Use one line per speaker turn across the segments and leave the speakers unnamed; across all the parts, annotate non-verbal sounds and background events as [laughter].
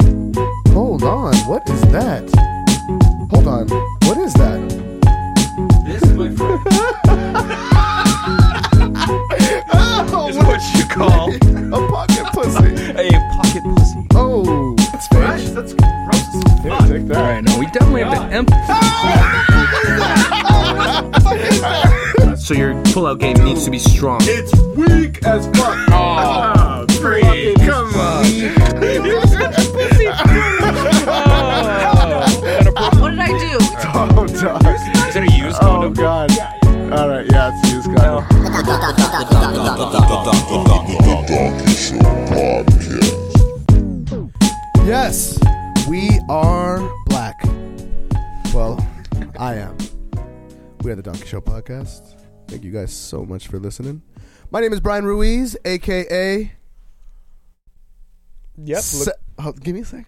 [laughs] Oh, [laughs]
pocket pussy.
Oh,
That's fake.
That's gross
Here,
as fuck.
all
take that.
right. Now we definitely have to
Oh,
emphasize. So your pullout game needs to be strong.
It's weak as fuck.
Oh,
freak.
Come on. You're such a pussy. [laughs] Oh.
What did I do?
Oh, dog.
Is it a used
Oh, God. All right, yeah, it's used condom.
Yes, we are black. Well, I am. We are the Donkey Show podcast. Thank you guys so much for listening. My name is Brian Ruiz, aka.
Yep.
Sa-
Look,
oh, give me a second.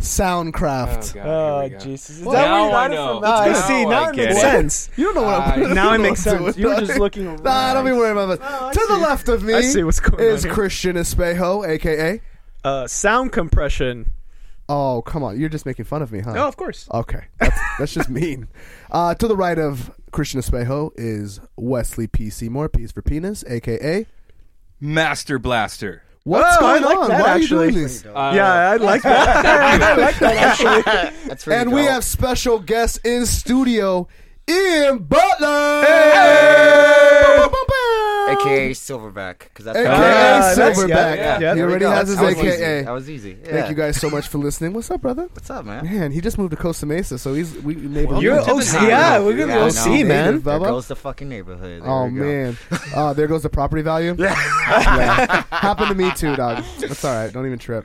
Soundcraft.
oh Jesus! Is that
Now
where you
I
got
know.
it from? Nah,
Now
see,
I
now it
get
makes
it.
sense.
you don't know what I'm
Uh,
doing.
now it
You
makes
don't know what
sense. You were
I'm
just
doing.
looking
Nah, don't be
right.
worried about that.
I
to the
see.
left of me
I see what's going
is
on here.
Christian Espejo, aka.
Uh, sound compression.
Oh, come on. You're just making fun of me, huh?
Oh, of course.
Okay, that's, that's just
[laughs]
mean. Uh, to the right of Christian Espejo is Wesley P. Seymour, P is for penis, aka.
Master Blaster.
What's
Oh, I
going
like
on?
that,
Why are
actually.
you doing this?
yeah, I like [laughs] that. I like that actually.
That's really
And we
dope.
have special guests in studio, Ian Butler, Boom, boom, boom, boom.
AKA Silverback, because that's
AKA
Ah, that's-
Silverback.
yeah, yeah.
he
There we
already
go.
has his
that was
AKA.
Easy. That was easy. Yeah.
Thank you guys so much for listening. What's up, brother?
What's up, man?
Man, he just moved to Costa Mesa, so he's we neighborhood.
You're
to the
OC.
neighborhood.
Yeah, we're gonna
Yeah, I
OC,
know.
man.
Native,
There
Bubba.
goes the fucking neighborhood. There
Oh
we go.
man, uh, there goes the property value. Yeah, happened to me too, dog. That's all right. Don't even trip.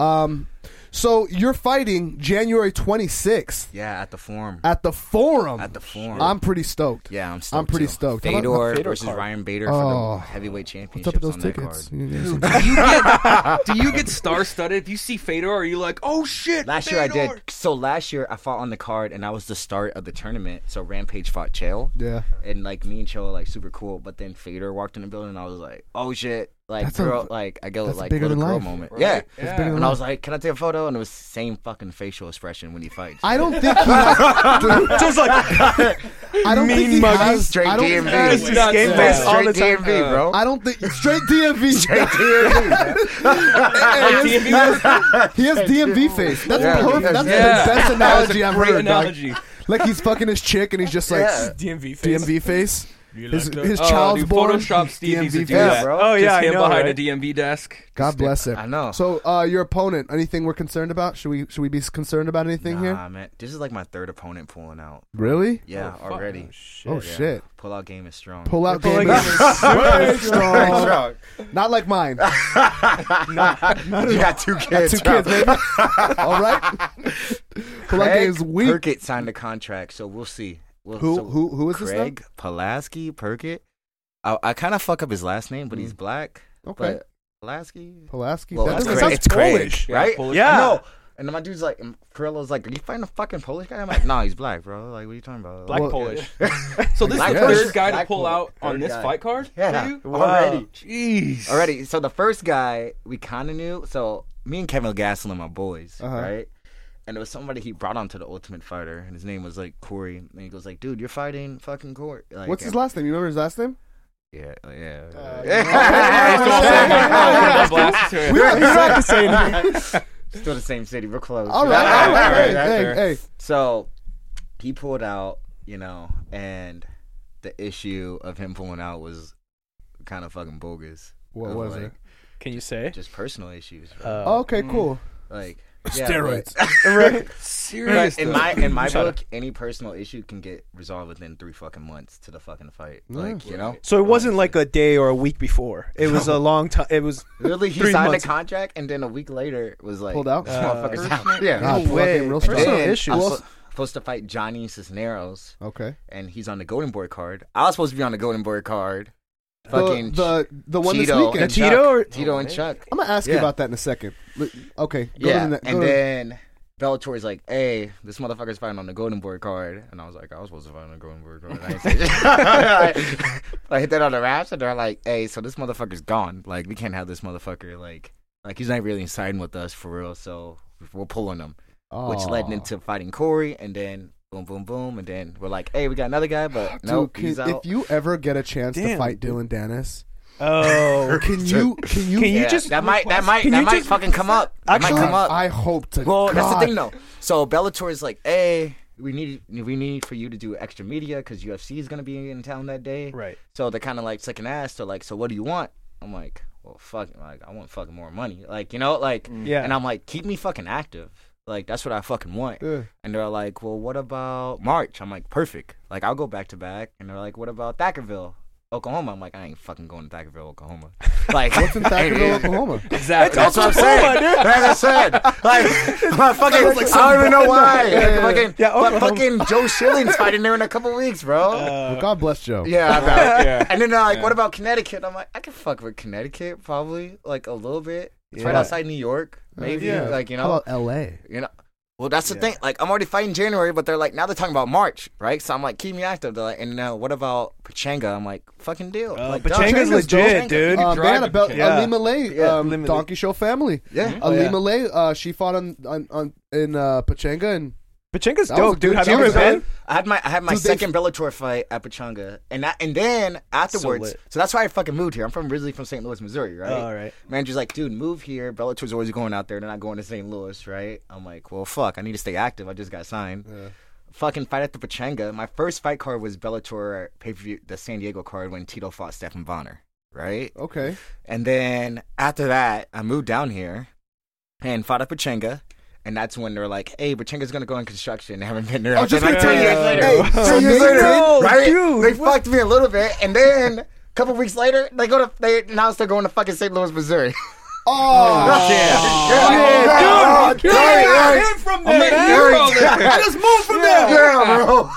Um, so you're fighting January 26th
Yeah, at the forum.
at the Forum.
At the forum.
I'm pretty stoked.
yeah, I'm. Stoked
I'm pretty
too.
stoked. How about-
Fedor,
Fedor
versus
card?
Ryan Bader
Oh.
for the heavyweight
What's
championship
up with those
on that card.
tickets? You
[laughs]
need some-
Do you [laughs] get, do you get star studded? If you see Fedor, are you like, oh shit?
Last year I did. So last year I fought on the card and I was the start of the tournament. So Rampage fought Chael.
Yeah,
and like me and Cho are like super cool, but then Fader walked in the building and I was like, oh shit, like
That's a-
girl, like I get
that's
like
bigger
little
than
girl
life.
moment,
Right?
yeah.
Yeah.
bigger than
And I
life.
was like, can I take a photo? And it was same fucking facial expression when he fights.
I
[laughs]
don't think he has. dude,
Just
[laughs]
like
I don't think he
Mean muggy,
has.
straight
I don't,
DMV.
I
it's
don't-
just game face all the time.
Straight DMV,
Uh,
bro.
I don't think straight
[laughs]
DMV.
Like,
Hey,
DMV was-
[laughs] he has DMV face. That's
Yeah,
perfect.
yeah.
That's
Yeah.
the best
That was a
analogy I've
great
heard. dog.
analogy.
Like he's fucking his chick and he's just like
Yeah.
DMV face.
DMV face. His, his
Oh,
child's
dude,
born.
Photoshop Steve used to do
face.
that.
bro.
Oh yeah,
Just
I
him
know,
behind
right?
a DMV desk.
God bless it.
I know.
So, uh, your opponent. Anything we're concerned about? Should we should we be concerned about anything
nah,
here?
man, this is like my third opponent pulling out.
Really?
Yeah, already.
Oh
Yeah.
shit!
Pull out game is strong. [laughs]
Pull out game. [laughs]
Like,
strong. Not like mine. Got
you got two kids.
two kids, baby.
[laughs]
All right. Pull out
Craig
game's weak.
Perkett signed the contract, so we'll see. We'll,
Who-
so
who- who is this now?
Craig Pulaski Perkett. I, I kind of fuck up his last name, but he's black.
Okay.
but Pulaski,
Pulaski.
Well,
that
that's
doesn't
Craig.
sound
It's Craig.
Polish.
right?
Polish-
Yeah.
No. And then my dude's like, and Perillo's like, are you fighting a fucking Polish guy? I'm like, nah, he's black, bro. Like, what are you talking about?
Black
Well, [laughs]
Polish.
So this
Black
is the
Polish.
third guy to
Black
pull
Polish.
out on
Third
this
guy.
fight card. for
yeah,
you?
already,
Jeez.
already. So the first guy we kind of knew. So me and Kevin Gastelum are boys,
Uh-huh.
right? And it was somebody he brought onto the Ultimate Fighter, and his name was like Corey. And he goes like, dude, you're fighting fucking Corey. Like,
What's his Uh, last name? You remember his last
[laughs]
name?
Yeah, oh, yeah. [laughs]
God bless it.
We
He's not the same.
Still the same city. We're close.
[laughs] All right. All right.
Right,
Hey,
right
hey,
there.
hey.
So he pulled out, you know, and the issue of him pulling out was kind of fucking bogus.
What
Of,
was
like,
it?
Can you say?
Just personal issues. bro.
Uh, [laughs]
Okay,
mm.
cool.
like
Steroids.
right.
Serious.
in
though.
my in my
Shut
book, any personal issue can get resolved within three fucking months to the fucking fight. Like you know,
So it wasn't like a day or a week before. It was a long time. It was
literally he
three
signed
months.
a contract and then a week later was like
Pulled out?
this motherfucker's out. [laughs] Yeah,
God, Pullout
way.
game real
And
strong.
Personal
then
issues.
I was supposed to fight Johnny Cisneros.
Okay.
and he's on the Golden Boy card. I was supposed to be on the Golden Boy card. Fucking
the the, the one this
Tito
weekend.
and
The Tito
Chuck. Oh,
or-
Tito and Chuck.
I'm gonna ask you
Yeah.
about that in a second. L- Okay, go
yeah,
to the, ne- go
and
to-
then Bellator's like, "Hey, this motherfucker's fighting on the Golden Boy card," and I was like, "I was supposed to fight on the Golden Boy card." I, ain't say shit. [laughs] I hit that on the raps, and they're like, "Hey, so this motherfucker's gone. Like, we can't have this motherfucker. Like, like he's not really signing with us for real. So we're pulling him." which led
Aw.
into fighting Corey, and then boom, boom, boom, and then we're like, hey, we got another guy, but
Dude,
no,
can-
he's out.
if you ever get a chance to
Damn.
[laughs]
fight Dylan Dennis,
Oh.
Can you? Can you?
[laughs] Can you
Yeah,
just
that might that might
Can
that
you
might
just-
fucking come up. that
Actually,
might come up.
I hope to.
Well, that's the
God.
thing though. So Bellator is like, hey, we need we need for you to do extra media because UFC is gonna be in town that day.
Right.
So they're kind of like sucking ass. They're like, so what do you want? I'm like, well, fuck, like I want fucking more money. Like you know, like
Mm. Yeah.
And I'm like, keep me fucking active. Like that's what I fucking want.
Yeah.
And they're like, well, what about March? I'm like, perfect. Like I'll go back to back. And they're like, what about Thackerville? Oklahoma. I'm like, I ain't fucking going to Thackerville, Oklahoma. [laughs] Like,
What's in
[laughs]
Thackerville, Oklahoma?
Exactly.
that's what I'm saying. That's what I'm saying. Like, my fucking, I don't even know why. Like, fucking,
Yeah,
but
Oklahoma.
fucking Joe Schilling's fighting there in a couple weeks, bro.
Uh,
Well, God bless Joe.
Uh, yeah,
[laughs]
I know.
yeah.
And then they're like, what about Connecticut? I'm like, I can fuck with Connecticut probably, like a little bit. It's right
Yeah. Oh,
outside New York, maybe.
Yeah.
Like you know,
How about L.A.?
you know. Well, that's the thing. Like, I'm already fighting January, but they're like, now they're talking about March, right? So I'm like, keep me active. They're like, and now what about Pachanga? I'm like, fucking deal.
Uh,
like,
Pachanga's
Pachanga's
legit,
dope.
Um,
dude.
they had a
driving
belt.
kid.
Yeah.
Alima Lay,
Yeah,
um,
Alima Lay.
Donkey Show family.
Yeah.
Alima
yeah.
Lay, uh, she fought on on, on in uh, Pachanga, and
Pachinko's
That was
dope,
a
dude.
good
Have you
job.
ever been?
I had my I had my
Dude, they-
second Bellator fight at Pachanga, and that, and then afterwards, so,
lit.
that's why I fucking moved here. I'm from originally from St. Louis, Missouri, right?
All right.
Manager's like, dude, move here. Bellator's always going out there. They're not going to St. Louis, right? I'm like, well, fuck. I need to stay active. I just got signed. Fucking fight at the Pachanga. My first fight card was Bellator pay per view, the San Diego card when Tito fought Stefan Bonner, right?
okay,
And then after that, I moved down here and fought at Pachanga. And that's when they're like, hey, Pachanga's going to go in construction. They haven't been there.
Oh, just
Been
like
there
three years later.
Hey,
Wow.
three years
Amazing.
later.
No,
right?
dude,
they fucked me a little bit. And then a couple weeks later, they go to, they announced they're going to fucking St. Louis, Missouri.
oh,
yeah. Oh, Yeah,
Dude, I came from there.
like,
man.
you're-
Bro, like-
I
just moved from
yeah, [laughs] yeah, bro.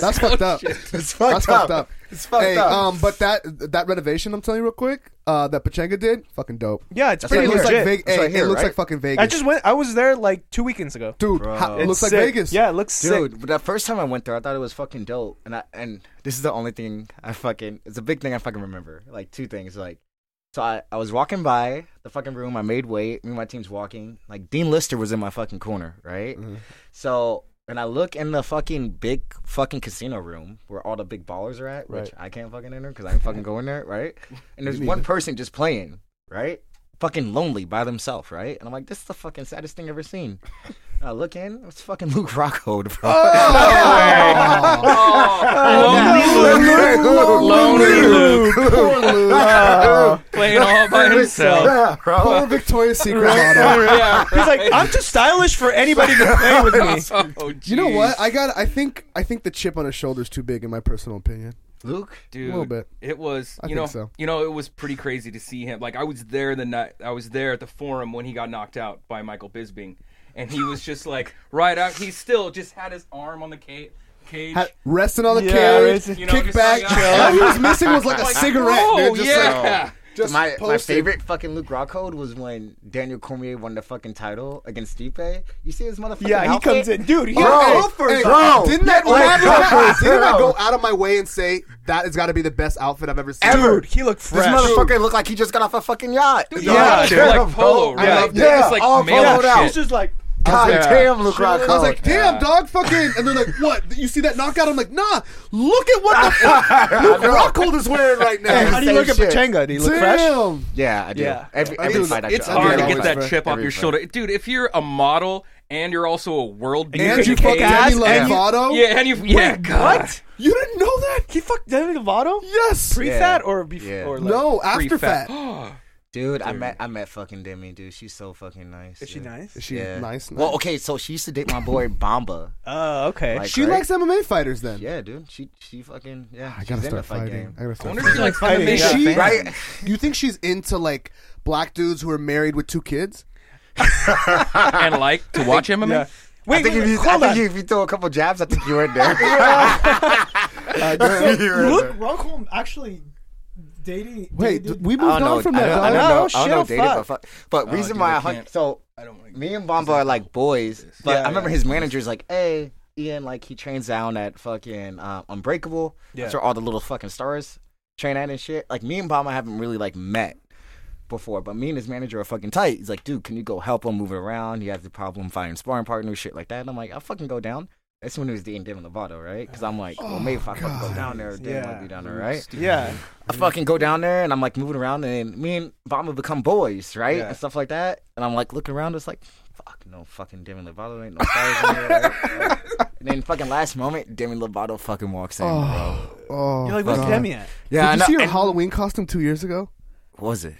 that's fucked up.
It's fucked
That's
up.
fucked up.
It's fucked
hey,
up.
um, but that that renovation, I'm telling you real quick, uh, that Pachanga did, fucking dope.
Yeah, it's
right
pretty
it looks
legit.
like Vegas.
That's right
hey,
here,
it looks
right?
like fucking Vegas.
I just went. I was there like two weekends ago.
dude, how, it
It's
looks like
sick.
Vegas.
Yeah, it looks
Dude,
sick.
but the first time I went there, I thought it was fucking dope, and I and this is the only thing I fucking it's a big thing I fucking remember. Like two things, like so I, I was walking by the fucking room, I made weight, me and my team's walking. Like Dean Lister was in my fucking corner, right? So and I look in the fucking big fucking casino room where all the big ballers are at, which
Right.
I can't fucking enter because I ain't fucking going there, right? And there's one person just playing, right? Fucking lonely by themselves, right? And I'm like, this is the fucking saddest thing I've ever [laughs] seen. And I look in, it's fucking Luke Rockhold, bro.
Lonely Luke
Poor Lou.
playing all by himself.
Yeah, bro.
Poor Victoria's Secret model.
Yeah,
He's like, I'm too stylish for anybody to play with me.
oh,
[laughs] You know what?
jeez.
I got. I think. I think the chip on his shoulder's too big, in my personal opinion.
[laughs] Luke?
Dude,
little bit.
It was,
I
you know,
think so.
you know, it was pretty crazy to see him. Like I was there the night, I was there at the forum when he got knocked out by Michael Bisping, and he was just like right out. He still just had his arm on the ca- cage.
Ha- resting on the
Yeah,
cage,
resting-
You know,
kick
just
back.
like, uh,
all he was missing was
[laughs]
like a cigarette,
Oh
dude. Just like, oh,
yeah.
just
my, my
posted.
favorite fucking Luke Rockhold was when Daniel Cormier won the fucking title against Stipe. You see his motherfucking
Yeah, he
outfit?
comes in, dude. He
Bro.
had
Hey,
offers.
hey,
bro.
Didn't, I,
Get like
didn't I-
Rockhold,
didn't I
bro.
go out of my way and say that has got to be the best outfit I've ever seen?
Dude, he looked
This
fresh.
motherfucker looked like he just got off a fucking yacht.
Yeah,
dude.
like polo,
I
right?
love-
They're just,
yeah,
like,
all
male
poloed out.
He's
shit.
just like,
God
Yeah.
damn, Luke Rockhold.
I was like, damn, dog, fucking. And they're like, what? You see that knockout? I'm like, nah, look at what the fuck Luke Rockhold is wearing right
how
now.
do you
Same
look at
shit.
Pachanga? Did he look fresh?
Damn.
yeah, I do.
Yeah.
Every,
I
every
mean,
fight I
It's
try-
hard to
every
get
fight.
that chip off
Every
your
fight.
shoulder, dude. If you're a model and you're also a world beater,
And you
in the
fucked
cage-
Demi
and you-
Lovato?
yeah, and you, yeah, God.
What?
You didn't know that?
He fucked Demi Lovato?
Yes.
Pre
Yeah.
fat or before?
Yeah.
Or like,
No, after
fat.
fat.
Dude, I met I met fucking Demi, dude. She's so fucking nice.
Is she
dude.
nice?
Is she
Yeah.
nice? nice?
Well, okay, so she used to date my [laughs] boy Bamba.
Oh, okay.
Like,
she
right?
likes MMA fighters then.
Yeah, dude. She she fucking yeah.
I gotta
she's in the
start
fight
fighting.
game.
I gotta
I
start
wonder
fighting.
if she likes
Fighting,
animation.
yeah.
She-
Right?
You think she's into like black dudes who are married with two kids?
and like to watch MMA.
Yeah. Wait,
I
wait,
think, if you,
wait, hold
I
on.
think if you throw a couple jabs, I think [laughs] you're in there.
[laughs]
You're in
Luke
there.
Rockholm actually dating.
Wait, d-
dating,
we
I don't
moved
know.
on from
I
that.
don't, I
dog.
No,
don't know. I
shit,
don't know dated,
fuck.
but fuck. But reason
dude,
why
I
Oh, I hung,
can't-
so
I don't want to.
me and Bomba are like boys, but
Yeah,
I remember
yeah.
his manager's like, "Hey, Ian, like he trains down at fucking uh, Unbreakable. That's
Yeah.
where all the little fucking stars train at and shit." Like me and Bomba haven't really like met before, but me and his manager are fucking tight. He's like, "Dude, can you go help him move it around? He has the problem finding sparring partners, shit like that." And I'm like, "I'll fucking go down." That's when he was dating Demi Lovato, right? Because I'm like, well, maybe if I fucking go down there, Demi
Yeah.
might be down there, right?
Yeah.
I fucking go down there and I'm like moving around and me and Bama become boys, right?
Yeah.
And stuff like that. And I'm like looking around, it's like, fuck, no fucking Demi Lovato, ain't no fires in here. right? Like, and then fucking last moment, Demi Lovato fucking walks in, bro.
[sighs] Oh,
You're like, where's
God.
Demi at?
Yeah, I
Did
know.
you see her
and-
Halloween costume two years ago?
what was it?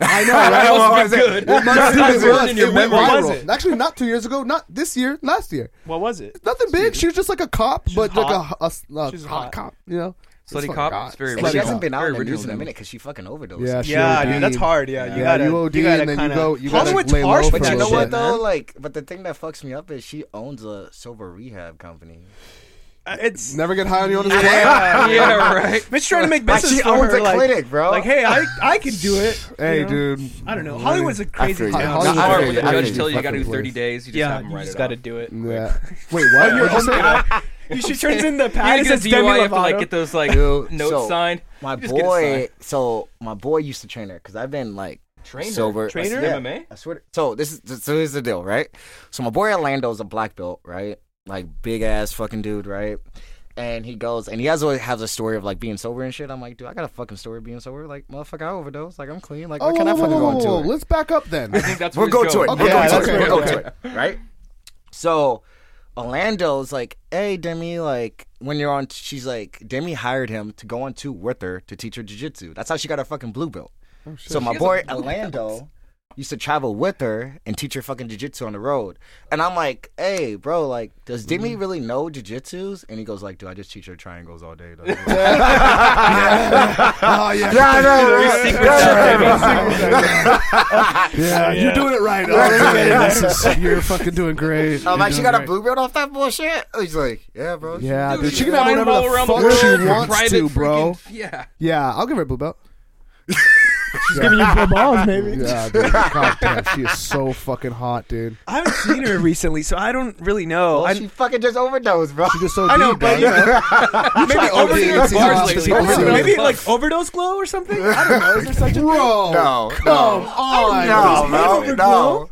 I know, right?
That was good.
Must have
That's
been.
burned in your
It went
memory.
viral.
Was it?
Actually, not two years ago. Not this year. Last year.
What was it?
Nothing big. She was just like a cop, but
hot.
like a, a, a
She's
hot,
hot.
cop. You know,
Slutty
fucking
cop.
hot.
It's very
And she
original.
hasn't been out
Very
in the news in a
original.
minute because she fucking overdosed.
Yeah, she
Yeah,
OD'd.
dude, that's hard. Yeah, you
Yeah,
gotta.
you OD
gotta
and then
kinda-
you go. You
Hollywood's
gotta lay
harsh
low for a
with
But you
that
know
little
what
bit.
though? Like, but the thing that fucks me up is she owns a sober rehab company.
Uh, It's
Never get high on your own. Yeah.
yeah. yeah.
Yeah, right.
Bitch trying to make
Like,
business
she
for
owns
her,
a
like,
clinic, bro.
Like, hey, I I can do it.
Hey,
you know?
dude.
I don't know. Hollywood's a crazy
feel you.
Hollywood's
It's
I
I
hard
feel
when
you,
the
I feel
judge
you,
tells you you
fucking
gotta do 30
place.
days. You just
Yeah,
have them
you
write
[laughs] just
it
got to
off.
do it.
Yeah. [laughs] Wait, what? What'd you say?
[laughs] You should turn in the
You
package.
gotta
That's
get a
Demi
DUI, you have to like
Lovato.
get those like
Dude,
notes
so-
signed.
My
You just get it
boy,
signed.
so my boy used to train her because I've been like
Trainer?
sober.
Trainer?
Yeah,
MMA?
I swear. To, so this is so here's the deal, right? So my boy Orlando's a black belt, right? Like big ass fucking dude, right? And he goes, and he has always has a story of like being sober and shit. I'm like, dude, I got a fucking story of being sober. Like, motherfucker, I overdosed. Like, I'm clean. Like,
Oh,
why
whoa,
can I
whoa,
fucking
whoa,
go
whoa,
into
whoa.
it?
Let's back up then.
I think that's
We'll
where
go
it's
to it.
going.
We'll go
Okay,
to
okay,
it. We'll go
okay.
to it. Right? So Orlando's like, hey, Demi, like, when you're on, she's like, Demi hired him to go on tour with her to teach her jujitsu. That's how she got her fucking blue belt. so my boy Orlando used to travel with her and teach her fucking jujitsu on the road. And I'm like, hey, bro, like, does Demi really know jujitsus? And he goes, like, dude, I just teach her triangles all day. though." [laughs] yeah,
Oh, yeah.
yeah, yeah,
Secret
yeah, yeah. [laughs]
Yeah, you're doing it right. Oh, okay, this is- you're fucking doing great.
I'm
You're
Oh, like, she
doing
got a
great.
blue belt off that bullshit? He's like, yeah, bro.
Yeah, dude,
Dude,
she can
you
have
fly
whatever
all around
the
the
fuck
world
she
in
wants
private
to, bro.
freaking- Yeah.
Yeah, I'll give her a blue belt.
She's giving you blue balls, maybe.
Yeah, dude. God damn, she is so fucking hot, dude.
I haven't seen her recently, so I don't really know.
Well,
I,
she fucking just overdosed, bro.
She just so
I
[laughs]
know,
deep, dog.
but you know,
Maybe over
okay,
your
that's
bars
enough.
lately.
That's
Over
enough.
the
maybe
bus.
[laughs]
like overdose glow or something. I don't know. Is there such a
Bro,
[laughs] No,
come on,
[laughs] no,
Overglow?
no, no.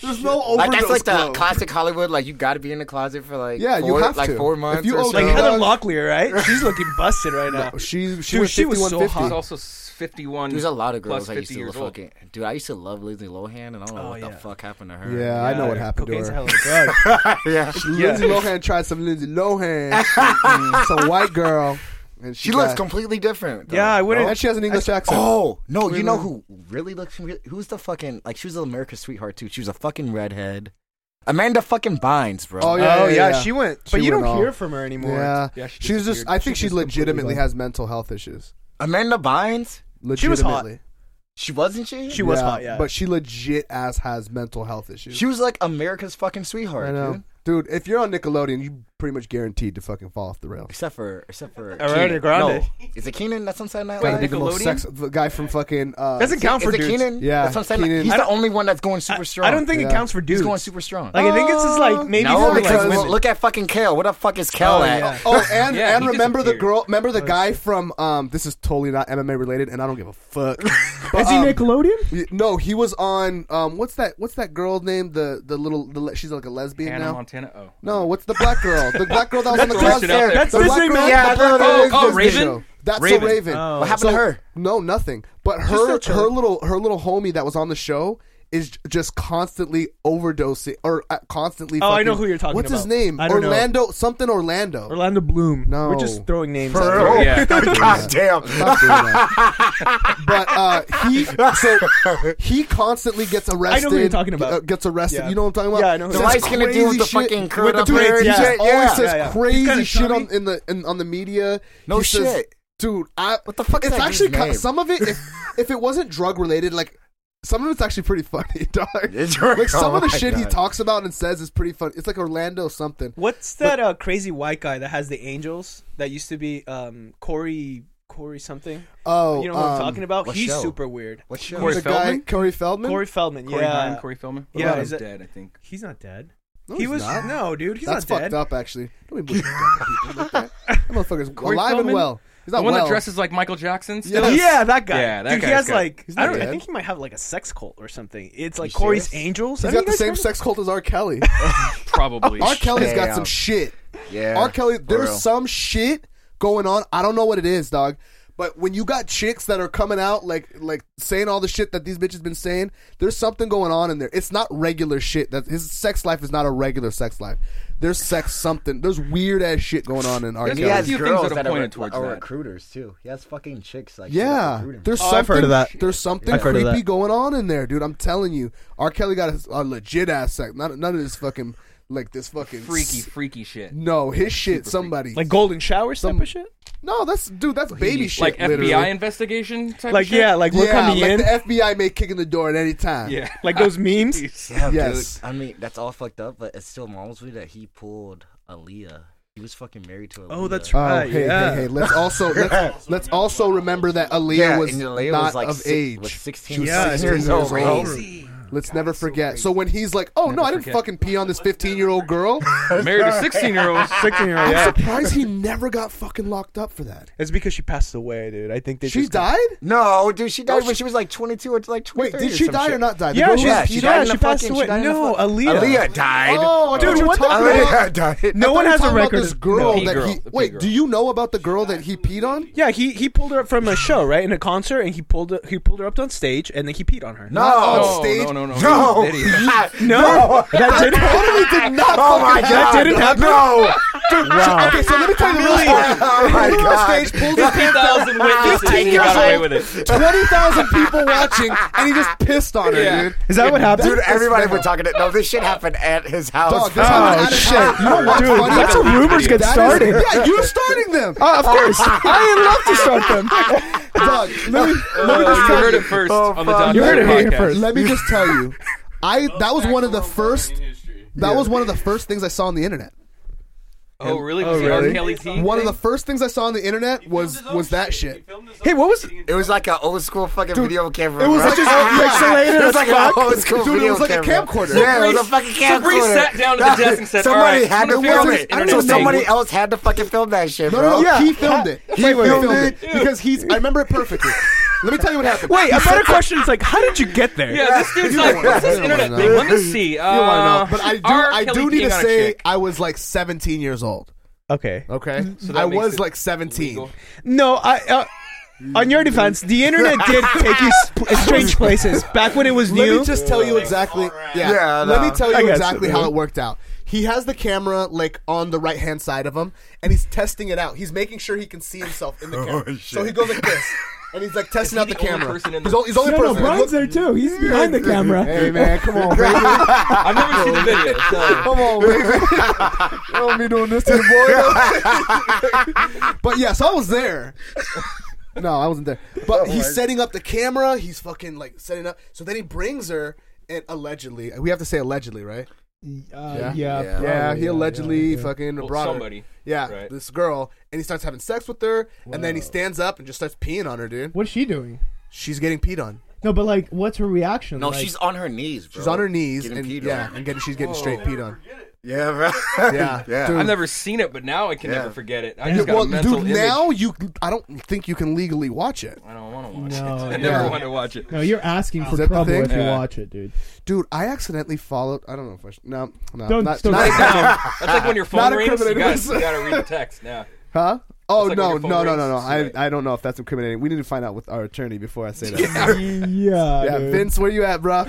There's no overdose.
Like that's like the
club.
classic Hollywood. Like you got to be in the closet for like
Yeah, you
four,
have
like
to.
four
If
months.
you
or
overdose-
so.
like
No.
Heather Locklear, right? She's looking busted right now.
She she
Dude,
was
she
51,
was so
50.
She's also s- 51.
There's a lot of
plus
girls that
50
used to
years old.
fucking. Dude, I used to love Lindsay Lohan, and I don't know
Oh,
what
yeah.
the fuck happened
[laughs]
to
yeah,
her.
I know what happened to
Cocaine's
her.
a hell of a drug.
[laughs] yeah.
Lindsay Lohan tried some Lindsay Lohan. it's a white girl, and she,
She looks
got-
completely different. though.
yeah, I wouldn't.
and she has an English accent.
Oh no! You know
Really?
who really looks? re- Who's the fucking like? She was America's sweetheart too. She was a fucking redhead. Amanda fucking Bynes, bro.
[laughs] Oh,
oh
yeah,
yeah,
yeah.
she went.
She
But you
went
don't
off.
hear from her anymore.
yeah,
Yeah, she
she's just.
disappeared.
I think she,
She just
legitimately
completely
has mental health issues.
Amanda Bynes.
She was hot.
Legitimately,
She wasn't she?
She was hot. Yeah,
but she legit ass has mental health issues.
She was like America's fucking sweetheart,
I know,
dude.
dude. If you're on Nickelodeon, you pretty much guaranteed to fucking fall off the rails.
Except for, except for
Ariana
Kenan.
Grande.
No, is it Keenan that's on Saturday Night
Wait,
Gotta be
Live?
the most
Nickelodeon?
sex the guy from fucking. Uh,
doesn't count for
Is it
dudes.
Keenan?
Yeah,
that's what I'm saying. like,
Keenan.
he's
I
the only one that's going super
I-
strong.
I don't think
Yeah.
it counts for
he's
dudes.
going super strong.
Like I think it's just like maybe
no,
for, like,
because
women.
well, look at fucking Kale. What the fuck is Kale
Oh,
at?
yeah.
Oh, and
Yeah,
and
he
remember the
disappeared.
girl, remember the guy from um. This is totally not MMA related, and I don't give a fuck. But, um,
Nickelodeon?
y- No, he was on um. What's that? What's that girl's name? The the little. The, le- she's like a lesbian
Hannah
now.
Montana. Oh.
No, what's the black girl? The black girl that was on the
That's
cross
listed out there.
That's
The black
Disney
girl.
man.
Yeah,
the black girl
no, no,
on the
oh,
Disney
Raven?
show. That's the
Raven.
Raven.
Oh.
What happened to her?
No, nothing. But her her little her little homie that was on the show is j- just constantly overdosing or uh, constantly.
Oh, I
fucking-
know who you're talking
what's
about.
his name?
I don't know.
Orlando something. Orlando.
Orlando Bloom.
No.
We're just throwing names.
For
out
real?
there.
[laughs]
Yeah.
God damn.
Stop doing that. [laughs] but uh, he so he constantly gets arrested.
I know who you're talking about.
uh, gets arrested.
Yeah.
You know what I'm talking about?
Yeah, I know who
The
That's
Says
light skinned dude
crazy
with the
shit.
fucking curled
the
up hair.
braids,
and
He
yeah.
just
shit,
always
yeah.
says
Yeah, yeah.
crazy
He's kinda
shit on
chubby.
in the in, on the media.
No
He says,
shit.
dude. I
What the fuck is
It's
that
actually
dude's
ki-
name?
some of it. If,
[laughs]
if it wasn't drug related, like some of it's actually pretty funny, [laughs] dog.
It's drug-
like some
[laughs] oh
of the
my
shit he
God.
talks about and says is pretty funny. It's like Orlando something.
What's that uh, crazy white guy that has the angels that used to be um, Corey Corey something?
Oh,
You know what I'm
um,
talking about?
what
He's
show?
super weird.
What show?
Corey
The
Feldman?
guy Corey Feldman.
Corey Feldman.
Corey
yeah.
Haim, Corey Feldman.
Yeah,
Yeah,
is
he's
that-
dead, I think.
He's not dead.
No,
he
he's
was
not.
no, dude. He's
That's
not
fucked
dead.
up, actually. Don't be bullshitting people like that. That motherfucker's
Corey
alive and
Feldman?
well. He's not
The one
well.
that dresses like Michael Jackson still?
Yeah. Yes.
Yeah, that guy.
Yeah, that
dude, he
guy's
has
good.
like
He's
I
not
don't. I
dead.
think he might have like a sex cult or something. It's like
You
Corey's
serious?
Angels.
He's
Have you
got the
guys
same
heard of-
sex cult as R. Kelly.
Probably.
R. Kelly's got
Damn.
some shit.
Yeah,
R. Kelly,
for
there's
real.
some shit going on. I don't know what it is, dog. But when you got chicks that are coming out like like saying all the shit that these bitches been saying, there's something going on in there. It's not regular shit. That his sex life is not a regular sex life. There's sex something. There's weird ass shit going on in R.
There's
He
Kelly.
a
has
few things
girls
that are
that are,
pointed
re-
towards
are
that.
recruiters too. He has fucking chicks like
Yeah,
there's
there's
Oh,
something.
I've heard of that.
There's something
I've heard of
creepy
that.
going on in there, dude. I'm telling you, R. Kelly got a, a legit ass sex. Not none of this fucking like this fucking
freaky, freaky shit.
No, his shit. Somebody
Like golden shower
Some-
type of shit.
No, that's dude. That's baby shit.
like FBI
literally.
investigation type.
Like
shit?
yeah, like we're
yeah,
coming
like
in.
the FBI may kick in the door at any time.
yeah.
like those memes.
Yes.
I mean, that's all fucked up, but it still moments me that he pulled Aaliyah. He was fucking married to Aaliyah.
Oh, that's
Oh,
Ah,
right.
hey,
yeah.
hey, hey! Let's
[laughs]
also let's, let's also remember that Aaliyah
yeah,
was
and Aaliyah
not
was like
of
six,
age.
Was
She
16
was
Yeah,
16
years
years
old.
old. Let's never forget. So when he's like, "Oh no, I didn't
forget.
fucking pee on this 15 year old
[laughs]
girl,"
[laughs] Married a 16 year
[laughs]
old.
Sixteen year old.
I'm
Yeah.
surprised he never got fucking locked up for that.
It's because she passed away, dude. I think they
She
just
died.
No, dude, she died
Oh,
when she was like 22 or like 23.
Wait, did
or
she
some
die
shit.
or not die? The
Yeah,
girl
she,
who
yeah,
peed
she
she,
died
on
in
died.
a
She passed
fucking-
away.
she died in a
no, Aaliyah.
Aaliyah died.
Oh, I thought
Dude,
you were
what the
talking
fuck?
about-
Aaliyah died.
I
No
thought
one
you were
has a
talking about
record.
This
of-
girl
no.
pee
that
girl,
he
the pee
wait.
girl.
Do you know about the girl that he peed on?
Yeah, he he pulled her up
[sighs]
from a show, right, in a concert, and he pulled her, he pulled her up on stage, and then he peed on her.
No,
on
No,
stage.
no, no, no,
no, [laughs]
He's an
[laughs]
idiot. [laughs]
no, that didn't.
Totally
[laughs]
did not.
Oh
fucking
my god,
happen.
didn't happen?
No,
Okay, so let me tell you the real story.
[laughs]
oh my
He was on
god.
stage, pulled his pants down,
15,000 witnesses. and He
years
got away
old.
with it.
[laughs]
20,000 people watching, and he just pissed on her, dude.
Is that what happened? [laughs]
Dude, everybody was talking. To, no, this shit happened at his house.
Dog, this happened at his house. You know what's
Oh, Dude,
funny
that's
about
how rumors get
That is-
started.
yeah, you're starting them.
Uh, of
[laughs]
course, I love to start them.
Dog, let me, let me
Uh,
just
you
tell
heard
you.
it first
Oh,
on the
fuck.
Don
You heard
Draper
it here
podcast.
first.
Let me just tell
[laughs]
you. I that was one of the first that was one of the first things I saw on the internet.
Oh, really? Was he R.
really?
Kelly T?
One of the first things I saw on the internet was was that shit.
Hey, what was?
It was like an old school fucking video camera.
It was
bro.
like
[laughs]
pixelated
It
as
was like an
fuck.
old school
Dude, it
video
was like a
camera.
camcorder.
Yeah, it
Sabrina-
was a fucking camcorder.
Sabrina sat down at the desk and said,
somebody
"Alright,
had
I'm
to
gonna
film
film
it.
this internet
So
thing."
somebody else had to fucking film that shit,
No,
bro.
no, no,
Yeah.
he filmed it. He
Wait, wait,
filmed
wait.
it because he's. I remember it perfectly. Let me tell you what happened.
Wait, a better question is like, how did you get there?
Yeah, this dude's
You
like,
don't
what's this
wanna know.
internet thing? Let me see. Uh,
[laughs] You don't want to know, but I do.
R.
I
Kelly
do need
peeing
to
on a
say
chick.
I was like 17 years old.
Okay.
Okay, so
that
I
makes
was
it
like 17.
legal.
No, I. Uh, on your defense, the internet did take you sp- strange places back when it was
Let
new.
me just tell you exactly. Yeah,
Yeah,
let me
no.
tell
I
you
got
exactly
you,
how
dude.
it worked out. He has the camera like on the right hand side of him, and he's testing it out. He's making sure he can see himself in the camera. so he goes like this, and
[laughs]
he's like testing out the,
the only
camera.
person in
he's,
the-
only, he's the only person. that looks-
there too. He's behind the camera.
Hey man, come on, baby.
I've never seen
[laughs]
the video. So.
Come on,
[laughs]
baby. you don't be doing this to the boy. [laughs] but yes, I was there. [laughs] No, I wasn't there. But he's setting up the camera. He's fucking like setting up. So then he brings her, and allegedly, we have to say allegedly, right?
Uh, yeah,
Oh, Yeah.
Yeah, he allegedly fucking brought her-
somebody,
Yeah,
right.
this girl, and he starts having sex with her, and then he stands up and just starts peeing on her, dude.
What's she doing?
She's getting peed on.
No, but like, what's her reaction?
No,
Like,
she's on her knees, bro.
She's on her knees,
Getting
and
peed
yeah,
on.
and getting she's getting straight peed on.
[laughs] Yeah, bro.
Yeah,
[laughs] yeah.
dude.
I've never seen it, but now I can
Yeah.
never forget it. I just got
well,
a mental
dude,
image.
now you, I don't think you can legally watch it,
I don't want to watch
No,
it. [laughs] I
yeah.
never want to watch it.
no, you're asking for
that the
trouble
thing?
if you
Yeah.
watch it, dude.
dude. I accidentally followed. I don't know if I should. No, no,
Don't-
not,
don't-
not-
[laughs]
[laughs] That's like when your
Not
phone rings. You
incriminating.
got, you got to read the text. Yeah.
huh? Oh
like when
no,
your phone
no, no,
rings,
no, no!
it's
I,
like-
I don't know if that's incriminating. We need to find out with our attorney before I say
[laughs]
that.
Yeah,
yeah,
dude.
Vince, where you at, [laughs] bro?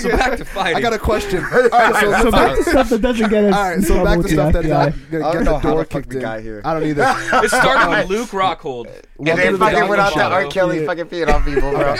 So back to fighting.
I got a
[laughs]
question. All right, so
So
let's-
back to stuff that doesn't get us.
All right,
in
so
trouble
back
with
to
the
stuff that
FBI.
got, got
don't
the
know how
door
the fuck
kicked
we
in.
got here.
I don't
[laughs]
either.
It started with Luke Rockhold.
And
Welcome
then
to the
fucking went
Dungeon
out to
Show.
R. Kelly fucking peeing on people, [laughs] bro.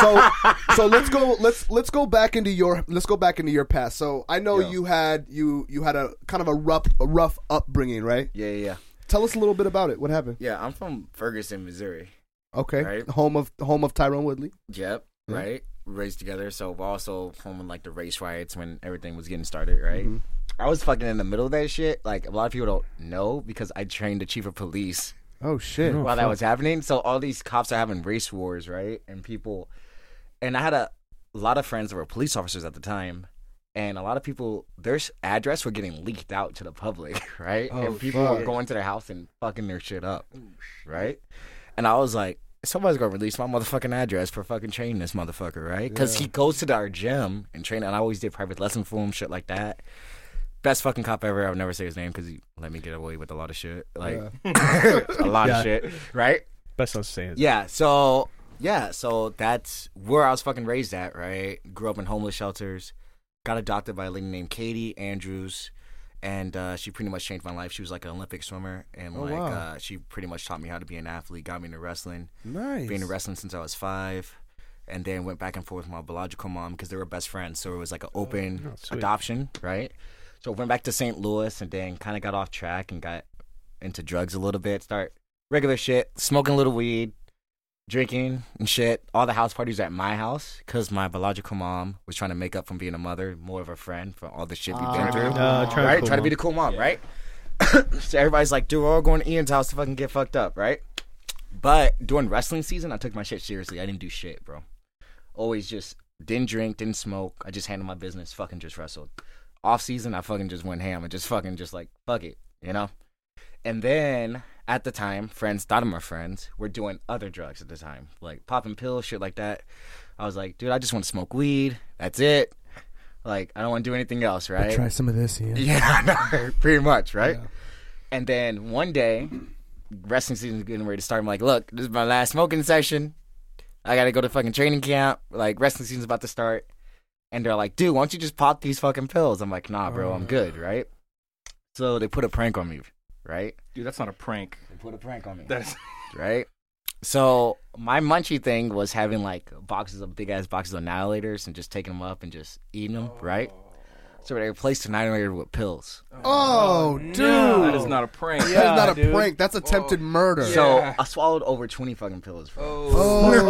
so so let's go let's let's go back into your let's go back into your past. So I know you had you you had a kind of a rough a rough upbringing, right?
Yeah, yeah, yeah.
Tell us a little bit about it. What happened?
Yeah, I'm from Ferguson, Missouri.
Okay,
Right.
home of home of Tyrone Woodley.
Yep.
Yeah.
Right. Raised together. So we're also from like the race riots when everything was getting started. Right. I was fucking in the middle of that shit. Like a lot of people don't know because I trained the chief of police
Oh shit!
while that was happening. So all these cops are having race wars, right? And people, and I had a lot of friends that were police officers at the time. And a lot of people, their s- address were getting leaked out to the public, [laughs] right? and people were going to their house and fucking their shit up, right? And I was like, somebody's gonna release my motherfucking address for fucking training this motherfucker, right? Because he goes to our gym and train, and I always did private lesson for him, shit like that. best fucking cop ever. I'll never say his name because he let me get away with a lot of shit, like
Yeah.
a lot
Yeah.
of shit, right?
Best not to say it.
Yeah. So yeah. So that's where I was fucking raised at. Right. Grew up in homeless shelters. Got adopted by a lady named Katie Andrews, and uh, she pretty much changed my life. She was like an Olympic swimmer, and
Oh,
like
wow.
uh, she pretty much taught me how to be an athlete. Got me into wrestling.
Nice.
Been in wrestling since I was five. And then went back and forth with my biological mom because they were best friends. So it was like an open adoption, right? So went back to St. Louis and then kind of got off track and got into drugs a little bit. Start regular shit, smoking a little weed, drinking and shit. All the house parties at my house because my biological mom was trying to make up from being a mother, more of a friend for all the shit we've
Ah,
been through
Uh, try
right?
to
Try to be the cool mom, right? [coughs] so everybody's like, dude, we're all going to Ian's house to fucking get fucked up, right? But during wrestling season, I took my shit seriously. I didn't do shit, bro. Always just didn't drink, didn't smoke. I just handled my business, fucking just wrestled. Off season, I fucking just went ham and just fucking just like, fuck it, you know? And then at the time, friends, thought of my friends, were doing other drugs at the time, like popping pills, shit like that. I was like, dude, I just want to smoke weed. That's it. Like, I don't want to do anything else, right?
Try some of this, Ian.
Yeah, [laughs] I know, pretty much, right? And then one day, wrestling season's getting ready to start. I'm like, look, this is my last smoking session. I gotta go to fucking training camp. Like, wrestling season's about to start. And they're like, dude, why don't you just pop these fucking pills? I'm like, nah, bro, I'm good, right? So they put a prank on me, right?
Dude, that's not a prank.
They put a prank on me
That's
right? So my munchy thing was having like boxes of big ass boxes of annihilators and just taking them up and just eating them, right? So they replaced annihilator with pills.
Oh, dude.
that is not a prank.
That is not a
dude.
prank. That's attempted murder.
Oh. So
Yeah.
I swallowed over twenty fucking pills. Bro. [laughs]